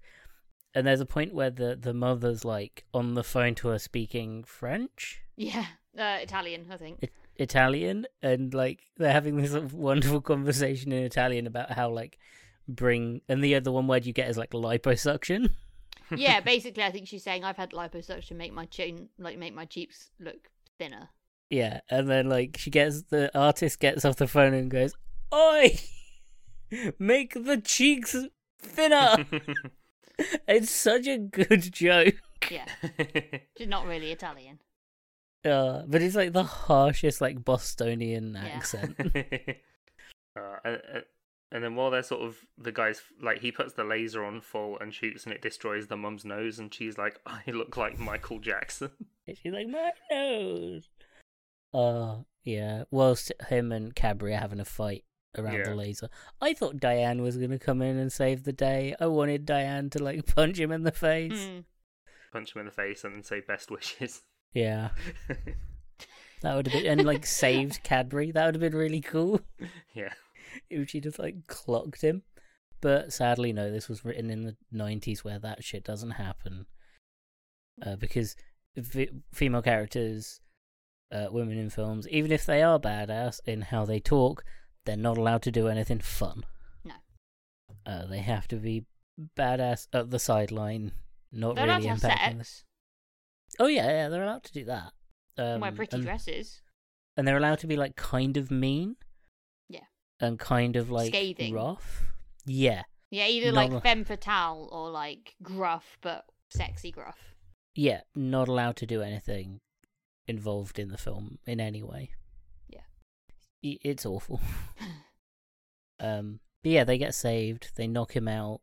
B: And there's a point where the the mother's like on the phone to her speaking French,
C: yeah. Uh, Italian, I think.
B: I- Italian, and like they're having this sort of wonderful conversation in Italian about how like bring and the other one word you get is like liposuction.
C: yeah, basically, I think she's saying I've had liposuction make my chin like make my cheeks look thinner.
B: Yeah, and then like she gets the artist gets off the phone and goes, "Oi, make the cheeks thinner." it's such a good joke.
C: Yeah, she's not really Italian.
B: Uh, but it's like the harshest, like Bostonian accent.
A: Uh, and, and then while they're sort of the guys like he puts the laser on full and shoots, and it destroys the mum's nose, and she's like, "I look like Michael Jackson."
B: And She's like, my nose. Uh, yeah. Whilst him and Cabri are having a fight around
A: Yeah.
B: the laser, I thought Diane was gonna come in and save the day. I wanted Diane to like punch him in the face.
C: Mm.
A: Punch him in the face and then say best wishes.
B: Yeah, that would have been and like saved Cadbury. That would have been really cool
A: yeah,
B: if she just like clocked him. But sadly, no. This was written in the '90s, where that shit doesn't happen, uh, because f- female characters, uh, women in films, even if they are badass in how they talk, they're not allowed to do anything fun.
C: No.
B: Uh, they have to be badass at the sideline, not
C: They're allowed
B: really
C: to have
B: impacting.
C: sex.
B: The... Oh yeah, yeah, they're allowed to do that. Um,
C: wear pretty
B: and,
C: dresses.
B: and they're allowed to be like kind of mean.
C: Yeah.
B: And kind of like
C: Scathing.
B: rough. Yeah.
C: Yeah, either
B: Not a-
C: like femme fatale or like gruff but sexy gruff.
B: yeah, not allowed to do anything involved in the film in any way.
C: Yeah.
B: I- It's awful. um, but yeah, they get saved. They knock him out.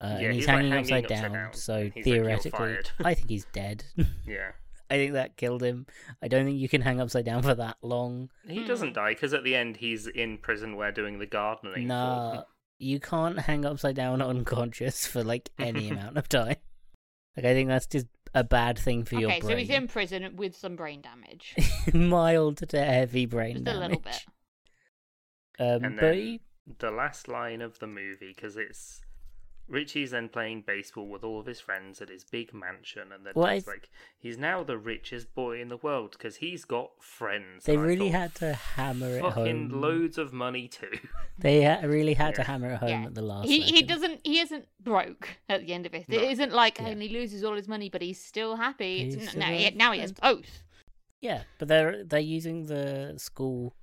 B: Uh,
A: Yeah,
B: and he's,
A: he's, like,
B: hanging,
A: hanging
B: upside,
A: upside
B: down,
A: down,
B: so
A: and he's like, "You're
B: theoretically,
A: fired."
B: I think he's dead.
A: yeah.
B: I think that killed him. I don't think you can hang upside down for that long.
A: He
C: Hmm.
A: doesn't die because at the end he's in prison where doing the gardening. for
B: Nah,
A: them.
B: you can't hang upside down unconscious for like any amount of time. Like I think that's just a bad thing for your
C: okay, so
B: brain.
C: he's in prison with some brain damage.
B: mild to heavy brain
C: Just
B: damage.
C: a little bit.
B: Um,
A: And
B: but
A: then-
B: he-
A: the last line of the movie because it's Richie's then playing baseball with all of his friends at his big mansion, and then
B: What
A: it's
B: is-
A: like he's now the richest boy in the world because he's got friends.
B: they
A: And I
C: oh,
B: really
A: thought,
B: had to hammer it
A: fucking
B: home.
A: loads of money too.
B: They ha- really had to
A: Yeah.
B: hammer it home
C: yeah.
B: at the last.
C: he, he
B: second.
C: doesn't he isn't broke at the end of it.
A: No.
C: It isn't like
B: Yeah.
C: and he loses all his money, but he's still happy. It's,
B: He's
C: n-
B: still
C: no,
B: got
C: he,
B: his
C: now he has
B: friends.
C: both.
B: Yeah, but they're they're using the school,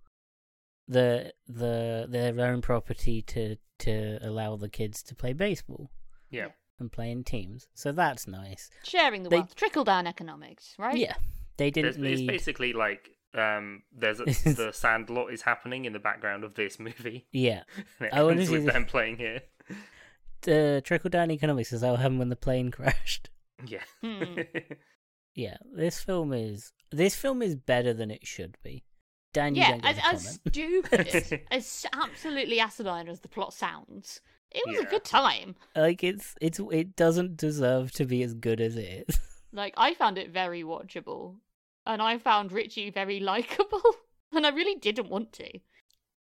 B: the the their own property to to allow the kids to play baseball
A: yeah,
B: and play in teams. So that's nice.
C: Sharing the
B: They-
C: wealth, trickle down economics, right?
B: Yeah, they
A: There's-
B: didn't
A: it's
B: need.
A: basically like um, there's a, the Sandlot is happening in the background of this movie.
B: Yeah,
A: And it
B: I wanna
A: ends
B: see
A: with
B: the-
A: them playing here.
B: the trickle down economics is what happened when the plane crashed.
A: Yeah,
C: Hmm.
B: Yeah, this film is this film is better than it should be. Dan, you
C: yeah,
B: don't get to
C: as, as
B: comment.
C: stupid, as absolutely asinine as the plot sounds, it was a
A: Yeah.
C: good time.
B: like it's it's it doesn't deserve to be as good as it is.
C: Like, I found it very watchable, and I found Richie very likable, and I really didn't want to.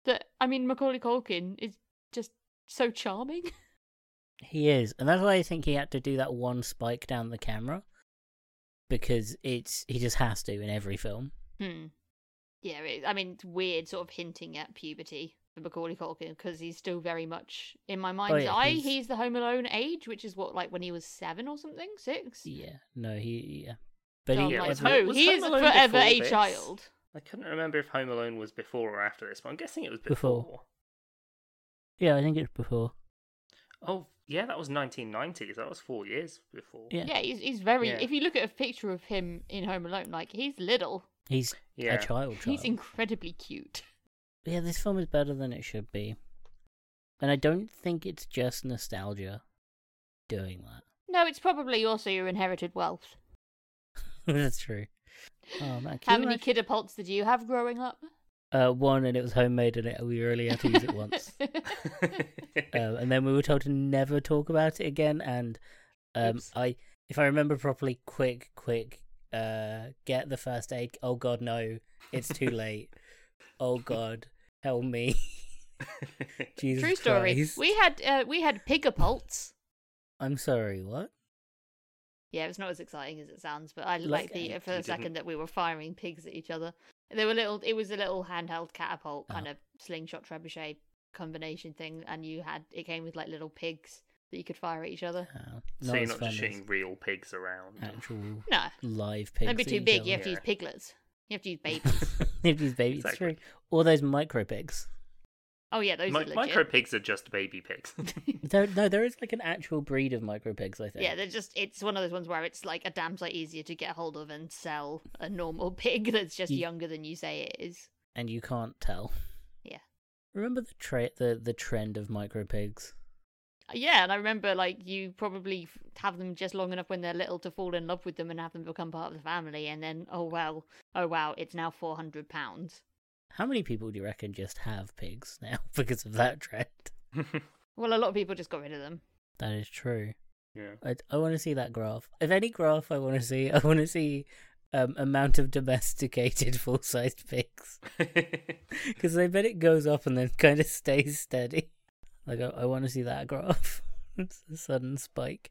C: But, I mean, Macaulay Culkin is just so charming.
B: He is, and that's why I think he had to do that one spike down the camera because it's he just has to in every film.
C: Hmm. Yeah, it, I mean, it's weird sort of hinting at puberty for Macaulay Culkin because he's still very much in my
A: Oh,
C: mind's
B: yeah,
C: eye.
B: he's-
C: He's... the Home Alone age, which is what, like, when he was seven or something, six.
B: Yeah, no, he yeah, but
C: So I'm
B: he,
A: Yeah,
C: like,
A: was-
C: oh,
A: was
C: he
A: Home
C: is
A: Alone
C: forever
A: before
C: a
A: this?
C: child.
A: I couldn't remember if Home Alone was before or after this, but I'm guessing it was
B: Before.
A: before.
B: yeah, I think it's before.
A: Oh, yeah, that was 1990s. That was four years before.
B: Yeah.
C: Yeah, he's he's very.
A: Yeah.
C: If you look at a picture of him in Home Alone, like he's little,
B: He's
A: Yeah.
B: a child.
C: he's
B: child.
C: incredibly cute.
B: But yeah, this film is better than it should be, and I don't think it's just nostalgia doing that.
C: No, it's probably also your inherited wealth.
B: That's true. Oh man, can
C: How
B: you
C: many
B: imagine-
C: kid kidapults did you have growing up?
B: Uh, one and it was homemade, and it, we only had to use it once. um, and then we were told to never talk about it again. And um,
A: Oops.
B: I, if I remember properly, quick, quick, uh, get the first aid. Oh God, no, it's too late. oh God, help me, Jesus
C: True story.
B: Christ.
C: We had uh, we had pigapults.
B: I'm sorry. What?
C: Yeah, it's not as exciting as it sounds, but I
B: Like,
C: like the
B: uh,
C: for a
A: you
C: second
A: didn't-
C: that we were firing pigs at each other. There were little. It was a little handheld catapult
B: Uh-huh.
C: kind of slingshot trebuchet combination thing, and you had it came with like little pigs that you could fire at each other.
B: Oh,
A: so you're
B: as
A: not
B: fun
A: just
B: as
A: shooting real pigs around.
B: actual
C: No,
B: live pigs.
C: that'd be
B: at
C: too
B: each
C: big.
B: other.
C: You have to
A: Yeah.
C: use piglets. You have to use babies.
B: They'd use babies. It's
A: Exactly.
B: true. All those micro pigs.
C: oh yeah, those
A: Mi-
C: are legit.
A: micro pigs are just baby pigs.
B: There, no, there is like an actual breed of micro pigs. I think.
C: Yeah, they're just it's one of those ones where it's like a damn sight easier to get hold of and sell a normal pig that's just
B: You-
C: younger than you say it is.
B: and you can't tell.
C: Yeah.
B: Remember the tra- the the trend of micro pigs?
C: Yeah, and I remember like you probably f- have them just long enough when they're little to fall in love with them and have them become part of the family, and then oh well, oh wow, it's now four hundred pounds.
B: How many people do you reckon just have pigs now because of that trend?
C: Well, a lot of people just got rid of them.
B: That is true.
A: yeah.
B: I, I want to see that graph. If any graph I want to see, I want to see um, amount of domesticated full sized pigs because I bet it goes up and then kind of stays steady. Like I, I want to see that graph. it's a sudden spike.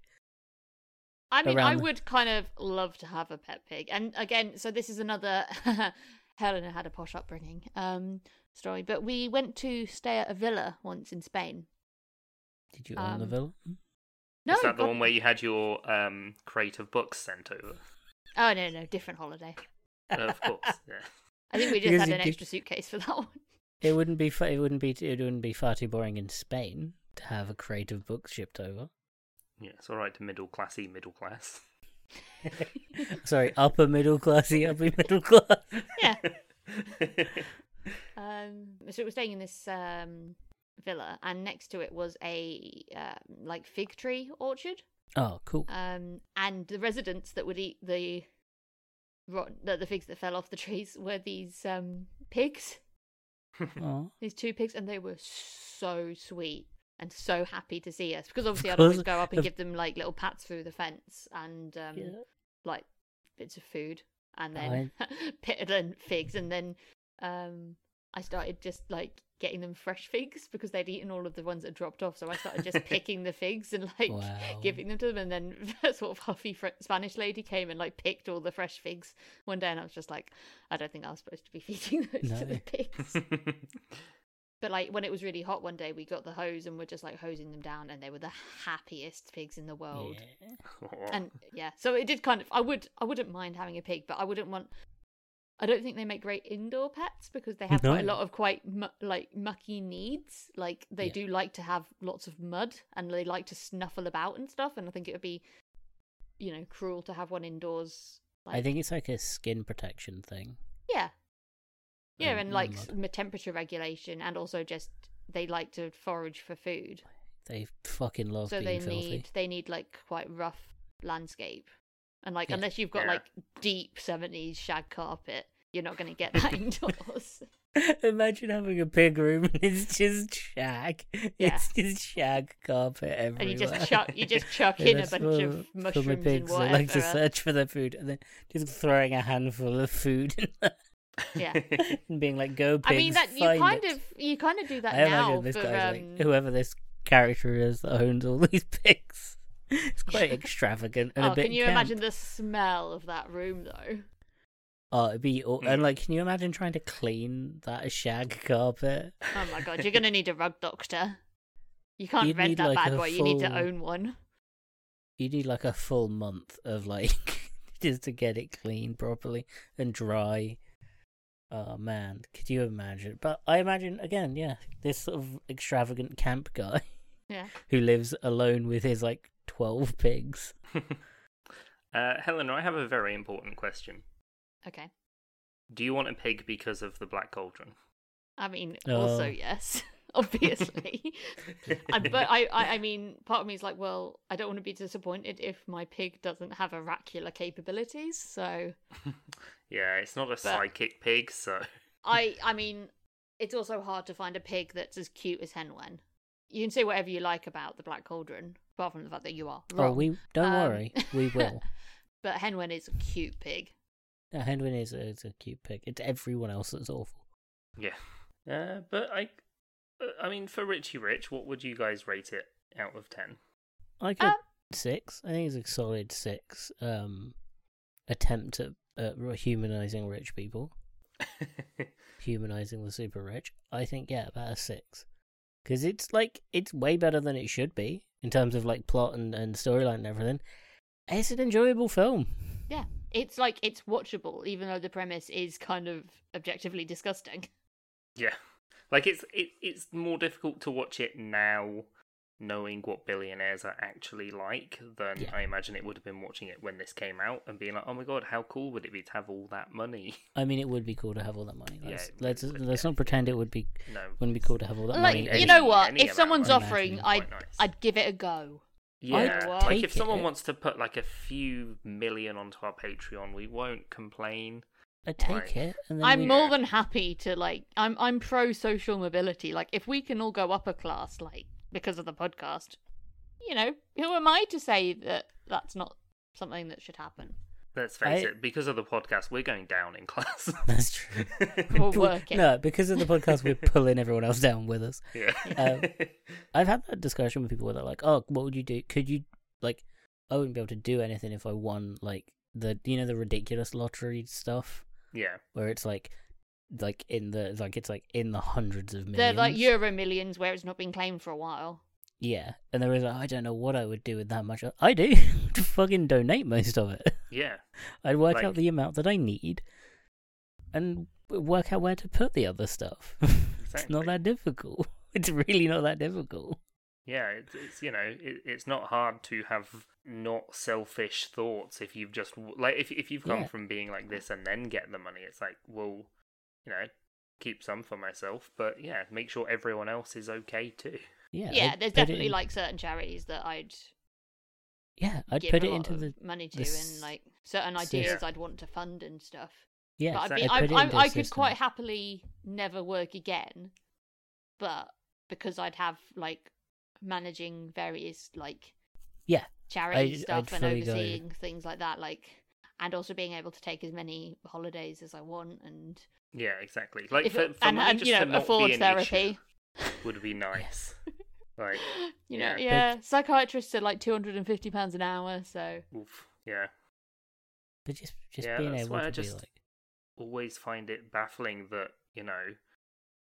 C: I mean,
B: Around
C: I
B: the-
C: would kind of love to have a pet pig, and again, so this is another Helena had a posh upbringing um story, but we went to stay at a villa once in Spain.
B: Did you own the
C: Um,
B: villa?
C: No,
A: Is that the
C: God-
A: one where you had your um, crate of books sent over?
C: Oh no, no, different holiday.
A: Uh, of course. Yeah.
C: I think we just
B: Because
C: had
B: you
C: an
B: did-
C: extra suitcase for that one.
B: It wouldn't be fa- it wouldn't be it wouldn't be far too boring in Spain to have a crate of books shipped over.
A: yeah, it's all right to middle classy middle class.
B: Sorry, upper middle classy, upper middle class.
C: Yeah. Um, so it was staying in this um, villa, and next to it was a um like fig tree orchard.
B: Oh, cool.
C: Um, and the residents that would eat the rotten, the, the figs that fell off the trees were these um, pigs,
B: Oh,
C: these two pigs, and they were so sweet. and so happy to see us because obviously I'd
B: course,
C: always go up and
B: of-
C: give them like little pats through the fence and um,
B: Yeah.
C: like bits of food and then pit and figs and then um, I started just like getting them fresh figs because they'd eaten all of the ones that dropped off. So I started just picking the figs and like
B: Wow.
C: giving them to them. And then sort of huffy fr- Spanish lady came and like picked all the fresh figs one day, and I was just like, I don't think I was supposed to be feeding those to the
B: No.
C: pigs. But like when it was really hot one day, we got the hose and we're just like hosing them down, and they were the happiest pigs in the world.
B: Yeah.
C: And yeah, so it did kind of. I would, I wouldn't mind having a pig, but I wouldn't want. I don't think they make great indoor pets because they have quite a
B: No.
C: lot of quite mu- like mucky needs. Like they
B: Yeah.
C: do like to have lots of mud and they like to snuffle about and stuff. And I think it would be, you know, cruel to have one indoors. Like,
B: I think it's like a skin protection thing.
C: yeah. Yeah,
B: Um,
C: and like
B: mud.
C: s- temperature regulation, and also just they like to forage for food.
B: They fucking love
C: so they
B: being filthy.
C: need they need like quite rough landscape and like
B: Yeah.
C: unless you've got
A: Yeah.
C: like deep 70s shag carpet you're not going to get that indoors
B: Imagine having a pig room and it's just shag.
C: Yeah.
B: It's just shag carpet everywhere.
C: and you just chuck you just chuck
B: Yeah,
C: in a
B: that's
C: bunch
B: for-
C: of
B: for my
C: mushrooms and
B: pigs. They
C: whatever
B: like to
C: else.
B: search for their food and then just throwing a handful of food in there
C: yeah
B: and being like, "Go pigs!"
C: i mean that you
B: find
C: kind
B: it."
C: of you kind of do that
B: I
C: now
B: imagine this
C: for
B: guy's
C: um,
B: like "Oh, whoever this character is that owns all these pigs. It's quite extravagant and
C: oh
B: a bit.
C: can you
B: camp.
C: imagine the smell of that room though
B: Oh, it'd be aw- and
C: Hmm.
A: Mm.
B: like, can you imagine trying to clean that shag carpet?
C: oh my god you're going to need a rug doctor you can't
B: You'd
C: rent
B: need,
C: that
B: like,
C: bad
B: a
C: boy you need to
B: full-
C: own one
B: You need like a full month of like just to get it clean properly and dry. Oh man, could you imagine? But I imagine again, yeah, this sort of extravagant camp guy
C: yeah
B: who lives alone with his like twelve pigs.
A: uh, Helena, I have a very important question.
C: okay
A: Do you want a pig because of the Black Cauldron?
C: I mean, also
B: Oh.
C: yes, obviously. I, but I, I, I mean, part of me is like, well, I don't want to be disappointed if my pig doesn't have oracular capabilities. So
A: Yeah, it's not a psychic pig, so
C: I, I mean, it's also hard to find a pig that's as cute as Henwen. You can say whatever you like about the Black Cauldron, apart from the fact that you are wrong.
B: Oh, we don't
C: Um,
B: worry, we will.
C: But Henwen is a cute pig.
B: No, Henwin is a, is a cute pig. It's everyone else that's awful.
A: yeah. Uh, but I, uh, I mean, for Richie Rich, what would you guys rate it out of ten?
B: I could
C: Um,
B: six. I think it's a solid six. Um, attempt at, at humanizing rich people. humanizing the super rich. I think yeah, about a six, because it's like it's way better than it should be in terms of like plot and and storyline and everything. It's an enjoyable film.
C: Yeah, it's like it's watchable, even though the premise is kind of objectively disgusting.
A: yeah, like it's it, it's more difficult to watch it now, knowing what billionaires are actually like, than
B: Yeah.
A: I imagine it would have been watching it when this came out and being like, oh my god, how cool would it be to have all that money?
B: I mean, it would be cool to have all that money.
A: Yeah,
B: Let's
A: it
B: let's,
A: really would,
B: let's
A: yeah.
B: not pretend it would be
A: No,
B: wouldn't be cool to have all that
C: like
B: money.
C: you
A: Any-
C: know what?
A: any
C: If
A: amount
C: someone's
B: of money.
C: offering,
B: Imagining
A: quite
C: I'd
A: nice.
C: I'd give it a go.
A: Yeah,
C: I'd
A: like if
B: take
A: someone
B: it.
A: wants to put like a few million onto our Patreon, we won't complain.
B: I take
A: Right.
B: it. And then
C: I'm
B: we-
C: more than happy to like. I'm I'm pro social mobility. Like if we can all go upper class, like because of the podcast, you know, who am I to say that that's not something that should happen?
A: Let's face
B: I-
A: it, because of the podcast, we're going down in class.
B: That's true.
C: Or
B: We-
C: work it.
B: No, because of the podcast, we're pulling everyone else down with us.
A: yeah.
B: Um, I've had that discussion with people where they're like, "Oh, what would you do? Could you like? I wouldn't be able to do anything if I won like the you know the ridiculous lottery stuff
A: yeah.
B: where it's like like in the like it's like in the hundreds of 1000000s
C: They're like Euro Millions, where it's not been claimed for a while.
B: yeah, and they're always like, I don't know what I would do with that much. I do to fucking donate most of it.
A: Yeah.
B: I'd work
A: Like-
B: out the amount that I need and w- work out where to put the other stuff. it's
A: Exactly.
B: not that difficult. It's really not that difficult.
A: Yeah. It's, it's you know, it, it's not hard to have not selfish thoughts if you've just like if if you've come
B: Yeah.
A: from being like this and then get the money, it's like, well, you know, keep some for myself, but yeah, make sure everyone else is okay too.
B: Yeah.
C: Yeah,
B: I'd
C: there's
B: put it
C: definitely
B: in-
C: like certain charities that I'd
B: yeah, I'd
C: give
B: put
C: a
B: it
C: lot
B: into
C: of
B: the
C: money to,
B: the s-
C: and like certain
B: Yeah.
C: ideas I'd want to fund and stuff.
B: yeah.
C: but I'd
A: exactly.
C: be,
A: I'd
C: I,
B: put it
C: I,
B: into a
C: I could
B: system.
C: quite happily never work again, but because I'd have like managing various like
B: Yeah,
C: charity
B: I-
C: stuff
B: I'd
C: and
B: fully go.
C: overseeing things like that, like and also being able to take as many holidays as I want and
A: Yeah, exactly. Like
C: if
A: for,
C: it-
A: for
C: and,
A: money
C: and
A: just
C: you
A: to
C: know
A: not
C: afford
A: be an
C: therapy.
A: issue would be nice. like,
C: You know,
A: Yeah.
C: yeah, psychiatrists are like two hundred and fifty pounds an hour, so
A: oof, yeah.
B: But just just
A: Yeah,
B: being
A: that's
B: able
A: why I
B: to be
A: just-
B: like,
A: Always find it baffling that you know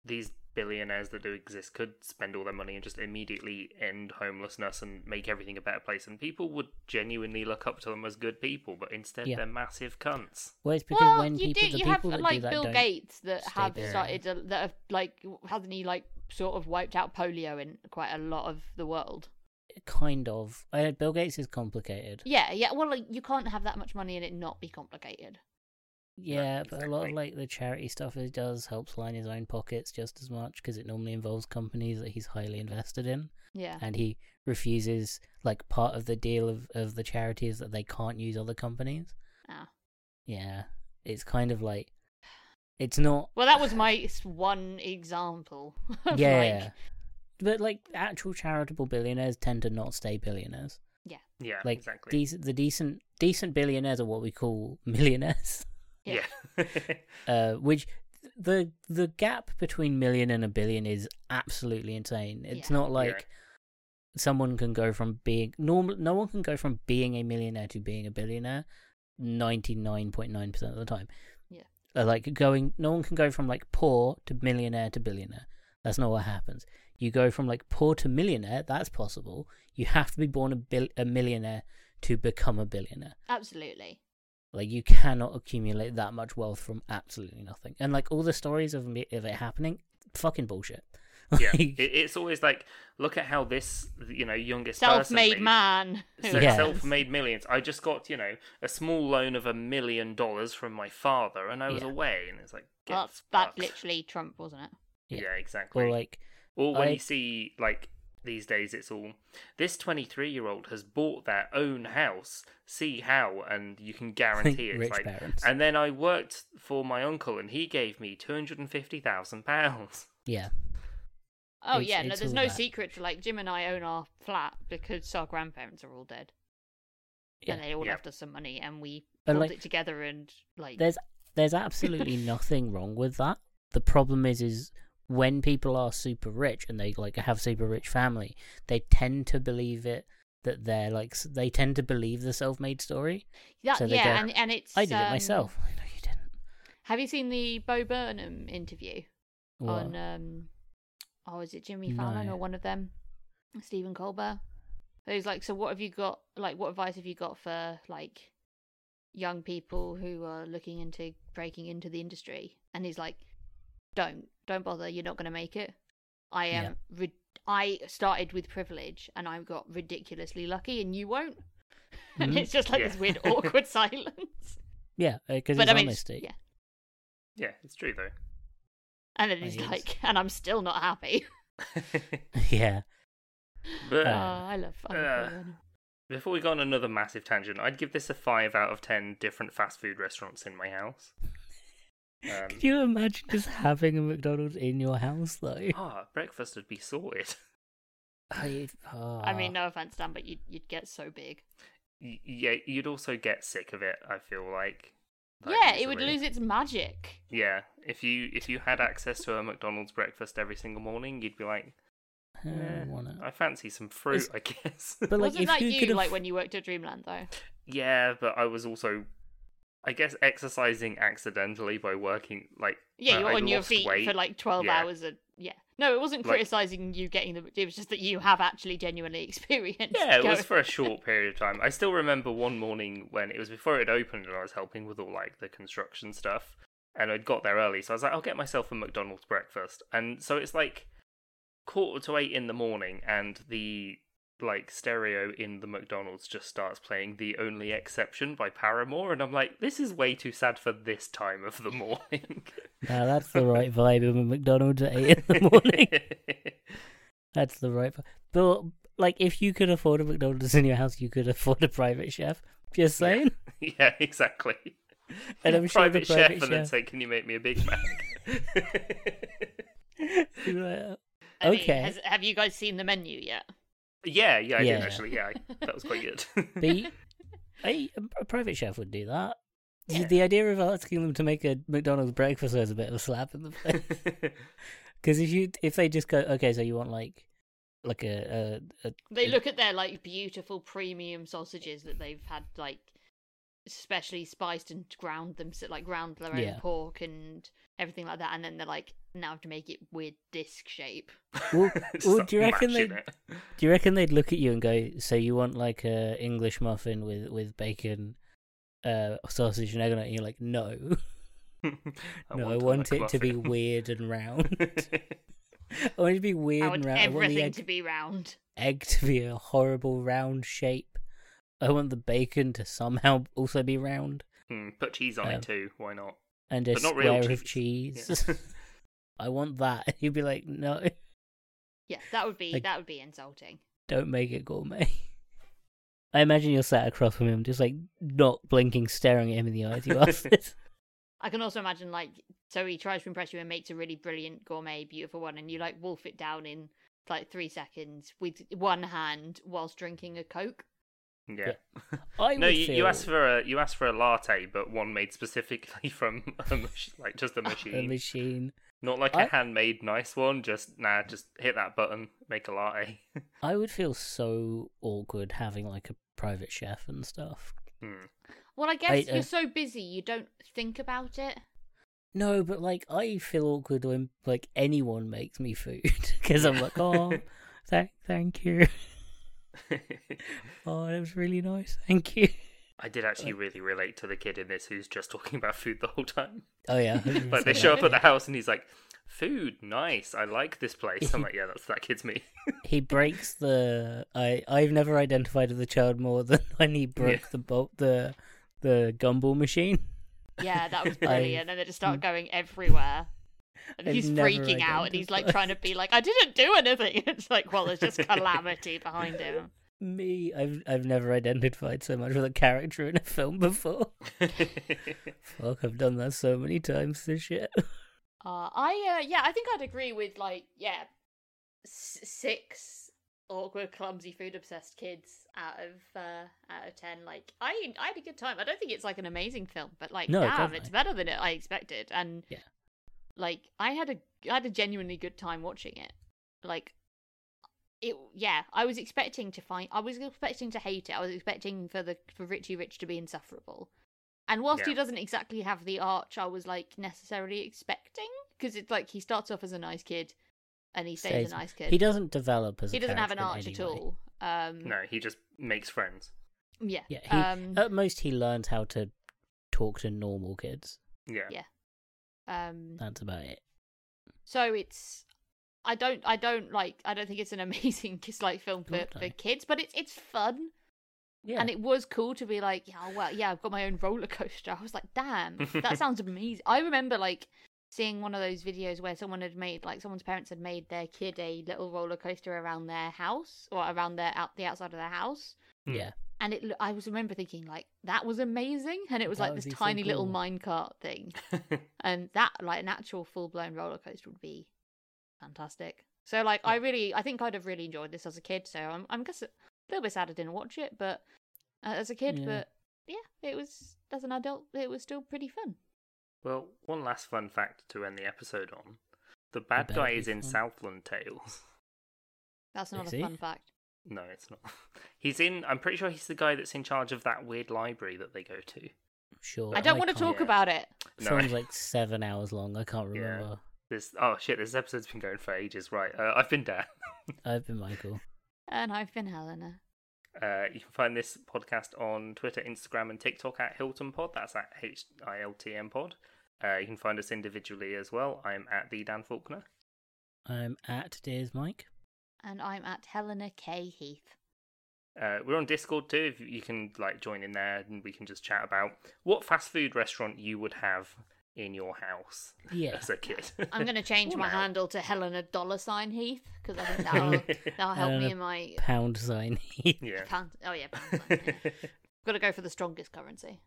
A: these billionaires that do exist could spend all their money and just immediately end homelessness and make everything a better place, and people would genuinely look up to them as good people, but instead
B: Yeah.
A: they're massive cunts.
B: well, it's because
C: well,
B: when
C: you
B: people
C: do.
B: the
C: You
B: people
C: have
B: that do
C: like
B: that
C: Bill
B: don't,
C: Gates that
B: stay
C: have
B: there.
C: started to, that have like hasn't he like sort of wiped out polio in quite a lot of the world.
B: kind of. Uh, Bill Gates is complicated.
C: Yeah, yeah. Well, like you can't have that much money and it not be complicated.
B: Yeah, but a lot
A: exactly.
B: of like the charity stuff he does helps line his own pockets just as much because it normally involves companies that he's highly invested in,
C: Yeah.
B: and he refuses like part of the deal of of the charity is that they can't use other companies.
C: Ah.
B: Yeah, it's kind of like it's not
C: Well, that was my s- one example. of,
B: yeah.
C: Like,
B: But like actual charitable billionaires tend to not stay billionaires.
A: Yeah,
B: like
A: exactly.
B: dec- the decent decent billionaires are what we call millionaires.
A: Yeah,
C: yeah.
B: Uh, which the the gap between million and a billion is absolutely insane. It's
C: Yeah.
B: not
A: Yeah.
B: like someone can go from being normal. No one can go from being a millionaire to being a billionaire. Ninety nine point nine percent of the time.
C: Yeah.
B: Uh, like going, no one can go from like poor to millionaire to billionaire. That's not what happens. You go from like poor to millionaire. That's possible. You have to be born a bil- a millionaire to become a billionaire.
C: Absolutely.
B: Like you cannot accumulate that much wealth from absolutely nothing. And like all the stories of me, of it happening, fucking bullshit.
A: yeah.
B: Like,
A: It, it's always like, look at how this, you know, youngest person
C: Self-made
A: made-
C: man.
A: So
B: Yeah.
A: self-made millions. I just got you know a small loan of a million dollars from my father, and I was
B: Yeah.
A: away, and it's like get
C: That's that
A: fucked.
C: literally Trump, wasn't it?
A: Yeah,
B: Yeah.
A: exactly.
B: or
A: Or,
B: like
A: when
B: I-
A: you see like these days, it's all this twenty-three-year-old has bought their own house. See how, and you can guarantee it's
B: rich
A: like.
B: parents.
A: And then I worked for my uncle, and he gave me two hundred and fifty thousand pounds.
B: yeah,
C: Oh
B: It's-
C: yeah. No,
B: it's
C: there's
B: all
C: no
B: that.
C: secret to like Jim and I own our flat because our grandparents are all dead.
B: yeah.
C: And they all
A: Yeah.
C: left us some money, and we
B: And,
C: pulled
B: like,
C: it together and like
B: There's there's absolutely nothing wrong with that. The problem is is when people are super rich and they like have super rich family, they tend to believe it that they're like s- they tend to believe the self-made story.
C: that,
B: so they
C: yeah,
B: go,
C: and and it's
B: I did it
C: um,
B: myself. I know you didn't.
C: Have you seen the Bo Burnham interview
B: What?
C: on um oh is it Jimmy Fallon
B: No.
C: or one of them? Stephen Colbert. He's like, so what have you got like what advice have you got for like young people who are looking into breaking into the industry? And he's like, Don't, don't bother, you're not gonna make it. I am
B: Yeah.
C: rid- I started with privilege and I got ridiculously lucky and you won't. and
B: Mhm.
C: it's just like
A: Yeah.
C: this weird awkward silence.
B: yeah, because
C: But
B: it's
C: I mean, it's-
B: honesty.
C: yeah.
A: Yeah, it's true though.
C: And then
B: Like,
C: he's
B: it's-
C: like, and I'm still not happy.
B: yeah.
A: but
C: Oh,
B: Uh,
C: I love fun.
A: uh, Before we go on another massive tangent, I'd give this a five out of ten different fast food restaurants in my house. Um,
B: Could you imagine just having a McDonald's in your house though?
A: ah, breakfast would be sorted.
B: I, ah,
C: I mean, no offense, Dan, but you'd, you'd get so big.
A: Y- yeah, you'd also get sick of it. I feel like. like,
C: yeah, it would
A: easily.
C: lose its magic.
A: Yeah, if you if you had access to a McDonald's breakfast every single morning, you'd be like,
B: I don't
A: "Eh,
B: wanna-
A: I fancy some fruit,
B: It's-
A: I guess.
B: But like,
C: Wasn't
B: if
C: that
B: you,
C: you,
B: could have,
C: like when you worked at Dreamland, though?
A: yeah, but I was also, I guess, exercising accidentally by working like
C: Yeah,
A: uh,
C: you were
A: I
C: on your
A: lost
C: feet
A: weight.
C: for like 12
A: Yeah.
C: hours. And, yeah. No, it wasn't
A: Like-
C: criticizing you getting the. It was just that you have actually genuinely experienced.
A: Yeah, it was
C: going-
A: for a short period of time. I still remember one morning when it was before it opened and I was helping with all like the construction stuff. And I'd got there early, so I was like, I'll get myself a McDonald's breakfast. And so it's like quarter to eight in the morning and the like stereo in the McDonald's just starts playing The Only Exception by Paramore and I'm like, this is way too sad for this time of the morning.
B: Now that's the right vibe of a McDonald's at eight in the morning. that's the right vibe. But like, if you could afford a McDonald's in your house, you could afford a private chef. Just saying.
A: yeah, exactly.
B: And I'm sure the
A: private chef
B: private
A: and then
B: chef.
A: say, Can you make me a Big Mac?
B: would be like, "Uh,
C: I
B: Okay.
C: Mean, has, have you guys seen the menu yet?
A: Yeah, yeah, I did
B: Yeah.
A: actually. Yeah, I- that was quite good.
B: But you- a, a private chef would do that. The- The idea of asking them to make a McDonald's breakfast was a bit of a slap in the face. Because if you if they just go, okay, so you want like like a, a, a
C: They look at their like beautiful premium sausages that they've had like specially spiced and ground them so like ground their own
B: Yeah.
C: pork and everything like that and then they're like now I have to make it weird disc shape
B: well,
A: It's
B: well,
A: like
B: do you reckon they
A: mashing
B: do
A: it.
B: you reckon they'd look at you and go, so you want like a English muffin with with bacon, uh, sausage and egg on it? And you're like, no, no, I
A: a
B: want it to be
A: McMuffin.
B: weird and round. I want it to be weird
C: I
B: and
C: want
B: round. I want
C: everything
B: the egg
C: to be round
B: egg to be a horrible round shape. I want the bacon to somehow also be round
A: Hmm, Put cheese on
B: Um,
A: it too. Why not?
B: and a
A: But not
B: square
A: real
B: of cheese.
A: Yeah.
B: I want that. You'd be like, no,
C: yeah that would be
B: Like-
C: that would be insulting
B: don't make it gourmet. I imagine you're sat across from him, just like not blinking, staring at him in the eyes. You ask this.
C: I can also imagine like so he tries to impress you and makes a really brilliant gourmet beautiful one and you like wolf it down in like 3 seconds with one hand whilst drinking a coke
A: Yeah.
B: I
A: No,
B: would
A: you,
B: feel...
A: you asked for a you asked for a latte, but one made specifically from a mach- like just a machine,
B: a machine.
A: not like a
B: I-
A: handmade nice one. Just nah, just hit that button, make a latte.
B: I would feel so awkward having like a private chef and stuff.
A: Hmm.
C: well I guess
B: I- uh,
C: you're so busy you don't think about it
B: No, but like I feel awkward when like anyone makes me food because I'm like, oh, thank, thank you. Oh, that was really nice. Thank you.
A: I did
B: Uh,
A: actually really relate to the kid in this who's just talking about food the whole time.
B: Oh yeah,
A: Like they show up at the house and he's like, "Food, nice. I like this place." I'm like, "Yeah, that's that kid's me."
B: he breaks the. I I've never identified with the child more than when he broke
A: Yeah.
B: the bolt the the gumball machine.
C: Yeah, that was
B: I-
C: brilliant. and then it just started going everywhere. And
B: I've
C: he's
B: never
C: freaking out and he's like trying to be
B: identified.
C: like, I didn't do anything. It's like, well, there's just calamity behind him.
B: Me, I've I've never identified so much with a character in a film before. Fuck, I've done that so many times this year.
C: Uh, I, uh, yeah, I think I'd agree with like, yeah, s- six awkward, clumsy, food obsessed kids out of uh, out of ten. Like, I, I had a good time. I don't think it's like an amazing film, but like,
B: No,
C: damn,
B: definitely.
C: it's better than it I expected. And
B: Yeah.
C: like, I had a, I had a genuinely good time watching it. Like, it yeah i was expecting to find i was expecting to hate it i was expecting for the for richie rich to be insufferable and whilst he
A: Yeah.
C: doesn't exactly have the arch i was like necessarily expecting because it's like he starts off as a nice kid and he stays,
B: Stays-
C: a nice kid
B: He doesn't develop as
C: he
B: a
C: doesn't have an arch
B: character in
C: at
B: any way.
C: all um
A: no, he just makes friends.
C: yeah
B: Yeah, he, oh.
C: um
B: at most he learns how to talk to normal kids.
A: Yeah.
C: Yeah. um
B: That's about it.
C: so it's i don't i don't like i don't think it's an amazing kiss like film for,
B: Don't I?
C: for kids but it's it's fun
B: Yeah,
C: And it was cool to be like, yeah, well, yeah, I've got my own roller coaster. I was like, damn, that sounds amazing. I remember like seeing one of those videos where someone had made, like, someone's parents had made their kid a little roller coaster around their house or around their out the outside of their house.
A: Hmm.
B: yeah,
C: And it, lo- I was remember thinking like that was amazing, and it was
B: That
C: like
B: would
C: this
B: be so
C: tiny little
B: cool.
C: minecart thing, and that like an actual full blown roller coaster would be fantastic. So like I really, I think I'd have really enjoyed this as a kid. So I'm, I'm guess a little bit sad I didn't watch it, but uh, as a kid,
B: Yeah.
C: but yeah, it was as an adult, it was still pretty fun.
A: Well, one last fun fact to end the episode on: the bad
B: better
A: guy
B: be
A: is in
B: fun.
A: Southland Tales.
C: That's not
B: Is
C: a
B: he?
C: fun fact.
A: No, it's not. He's in. I'm pretty sure he's the guy that's in charge of that weird library that they go to.
B: sure.
C: I don't want to
B: can't-
C: talk
A: Yeah.
C: about it.
B: The
A: No.
B: film's like seven hours long. I can't
A: Yeah.
B: remember.
A: This. Oh shit! This episode's been going for ages. Right. Uh, I've been Dan.
B: I've been Michael.
C: And I've been Helena.
A: Uh, you can find this podcast on Twitter, Instagram, and TikTok at Hilton Pod. That's at H I L T M Pod. Uh, you can find us individually as well. I'm at the Dan Faulkner.
B: I'm at Dears Mike.
C: And I'm at Helena K. Heath.
A: Uh, we're on Discord too. If you can like join in there, and we can just chat about what fast food restaurant you would have in your house
B: Yeah.
A: as a kid.
C: I'm going to change
A: Or
C: my
A: now.
C: handle to Helena Dollar Sign Heath because I think that'll, that'll help
B: Helena
C: me in my.
B: Pound sign.
A: Yeah.
C: Pound, oh, yeah. Pound sign, yeah. Got to go for the strongest currency.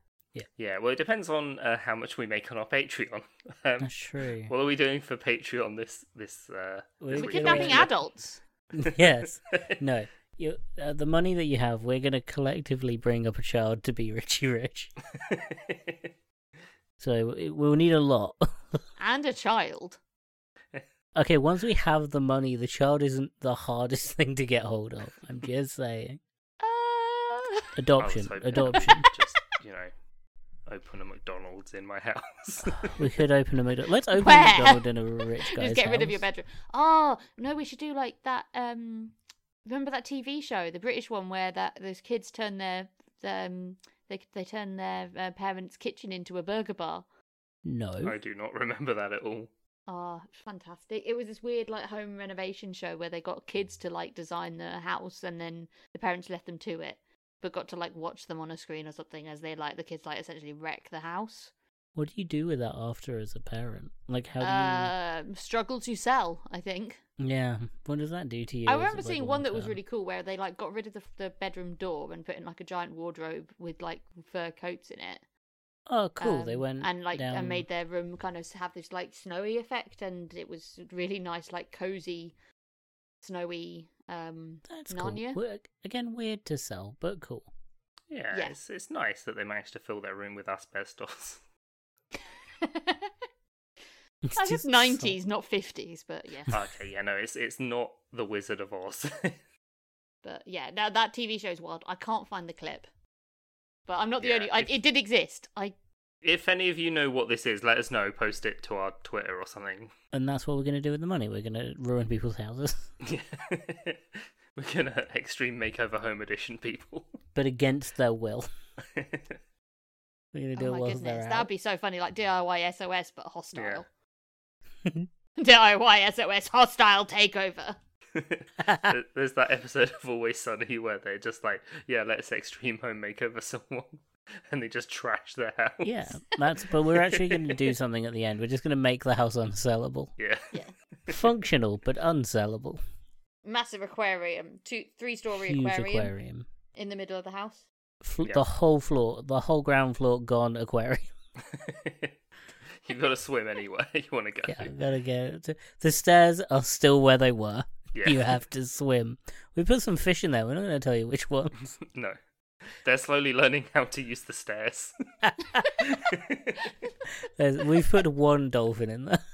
A: Yeah, well, it depends on uh, how much we make on our Patreon. Um,
B: That's true.
A: what are we doing for Patreon this this? Uh,
B: We-
A: this
C: We're
A: week?
C: kidnapping
B: yeah.
C: adults.
B: yes. No. You, uh, the money that you have, we're going to collectively bring up a child to be Richie Rich. So it, we'll need a lot.
C: and a child.
B: okay, once we have the money, the child isn't the hardest thing to get hold of. I'm just saying.
C: Uh,
A: I was
B: Adoption.
A: hoping
B: Adoption.
A: Just you know, open a McDonald's in my house.
B: we could open a McDonald's. Let's open
C: Where?
B: a McDonald's in a rich guy's
C: just get rid of your
B: house.
C: bedroom. Oh no, we should do like that. Um, remember that TV show, the British one, where that those kids turn their um they they turn their uh, parents' kitchen into a burger bar.
A: I
B: No.
A: do not remember that at all.
C: Oh, it's fantastic! It was this weird like home renovation show where they got kids to like design the house, and then the parents left them to it, but got to like watch them on a screen or something as they like the kids like essentially wreck the house.
B: What do you do with that after as a parent? Like, how do you.
C: Uh, struggle to sell, I think.
B: Yeah. What does that do to you?
C: I
B: as,
C: remember
B: like, a
C: seeing one that was
B: long-term?
C: really cool where they like got rid of the, the bedroom door and put in like a giant wardrobe with like fur coats in it.
B: Oh, cool. they
C: Um,
B: went
C: and like
B: down...
C: and made their room kind of have this like snowy effect, and it was really nice, like cozy, snowy. Um,
B: That's
C: Narnia.
B: cool. Weird- Again, weird to sell, but cool.
A: Yeah,
C: Yeah.
A: It's, it's nice that they managed to fill their room with asbestos.
B: It's
C: I guess
B: just
C: nineties, not fifties, but yeah,
A: okay, yeah, no, it's it's not the Wizard of Oz.
C: but yeah. Now that TV show is wild. I can't find the clip, but I'm not the
A: Yeah,
C: only. I,
A: if-
C: it did exist. I
A: if any of you know what this is, let us know. Post it to our Twitter or something.
B: And that's what we're going to do with the money. We're going to ruin people's houses,
A: Yeah. We're gonna extreme makeover home edition people.
B: but against their will. We're going to do
C: oh
B: it
C: my
B: whilst
C: goodness,
B: they're
C: that'd
B: out.
C: be so funny, like DIY SOS but hostile.
A: Yeah.
C: DIY SOS hostile takeover.
A: There- There's that episode of Always Sunny where they're just like, yeah, let's extreme home makeover someone, and they just trash their house.
B: yeah, that's. But we're actually going to do something at the end. We're just going to make the house unsellable,
A: Yeah.
C: Yeah.
B: functional but unsellable.
C: Massive aquarium, two three story
B: Huge
C: aquarium,
B: aquarium.
C: in the middle of the house.
B: Fl-
A: Yeah.
B: The whole floor, the whole ground floor gone. Aquarium.
A: You've got to swim anywhere you want to go.
B: Yeah, I've got to get it. The stairs are still where they were.
A: Yeah.
B: You have to swim. We put some fish in there. We're not going to tell you which ones.
A: No. They're slowly learning how to use the stairs.
B: There's- We've put one dolphin in there.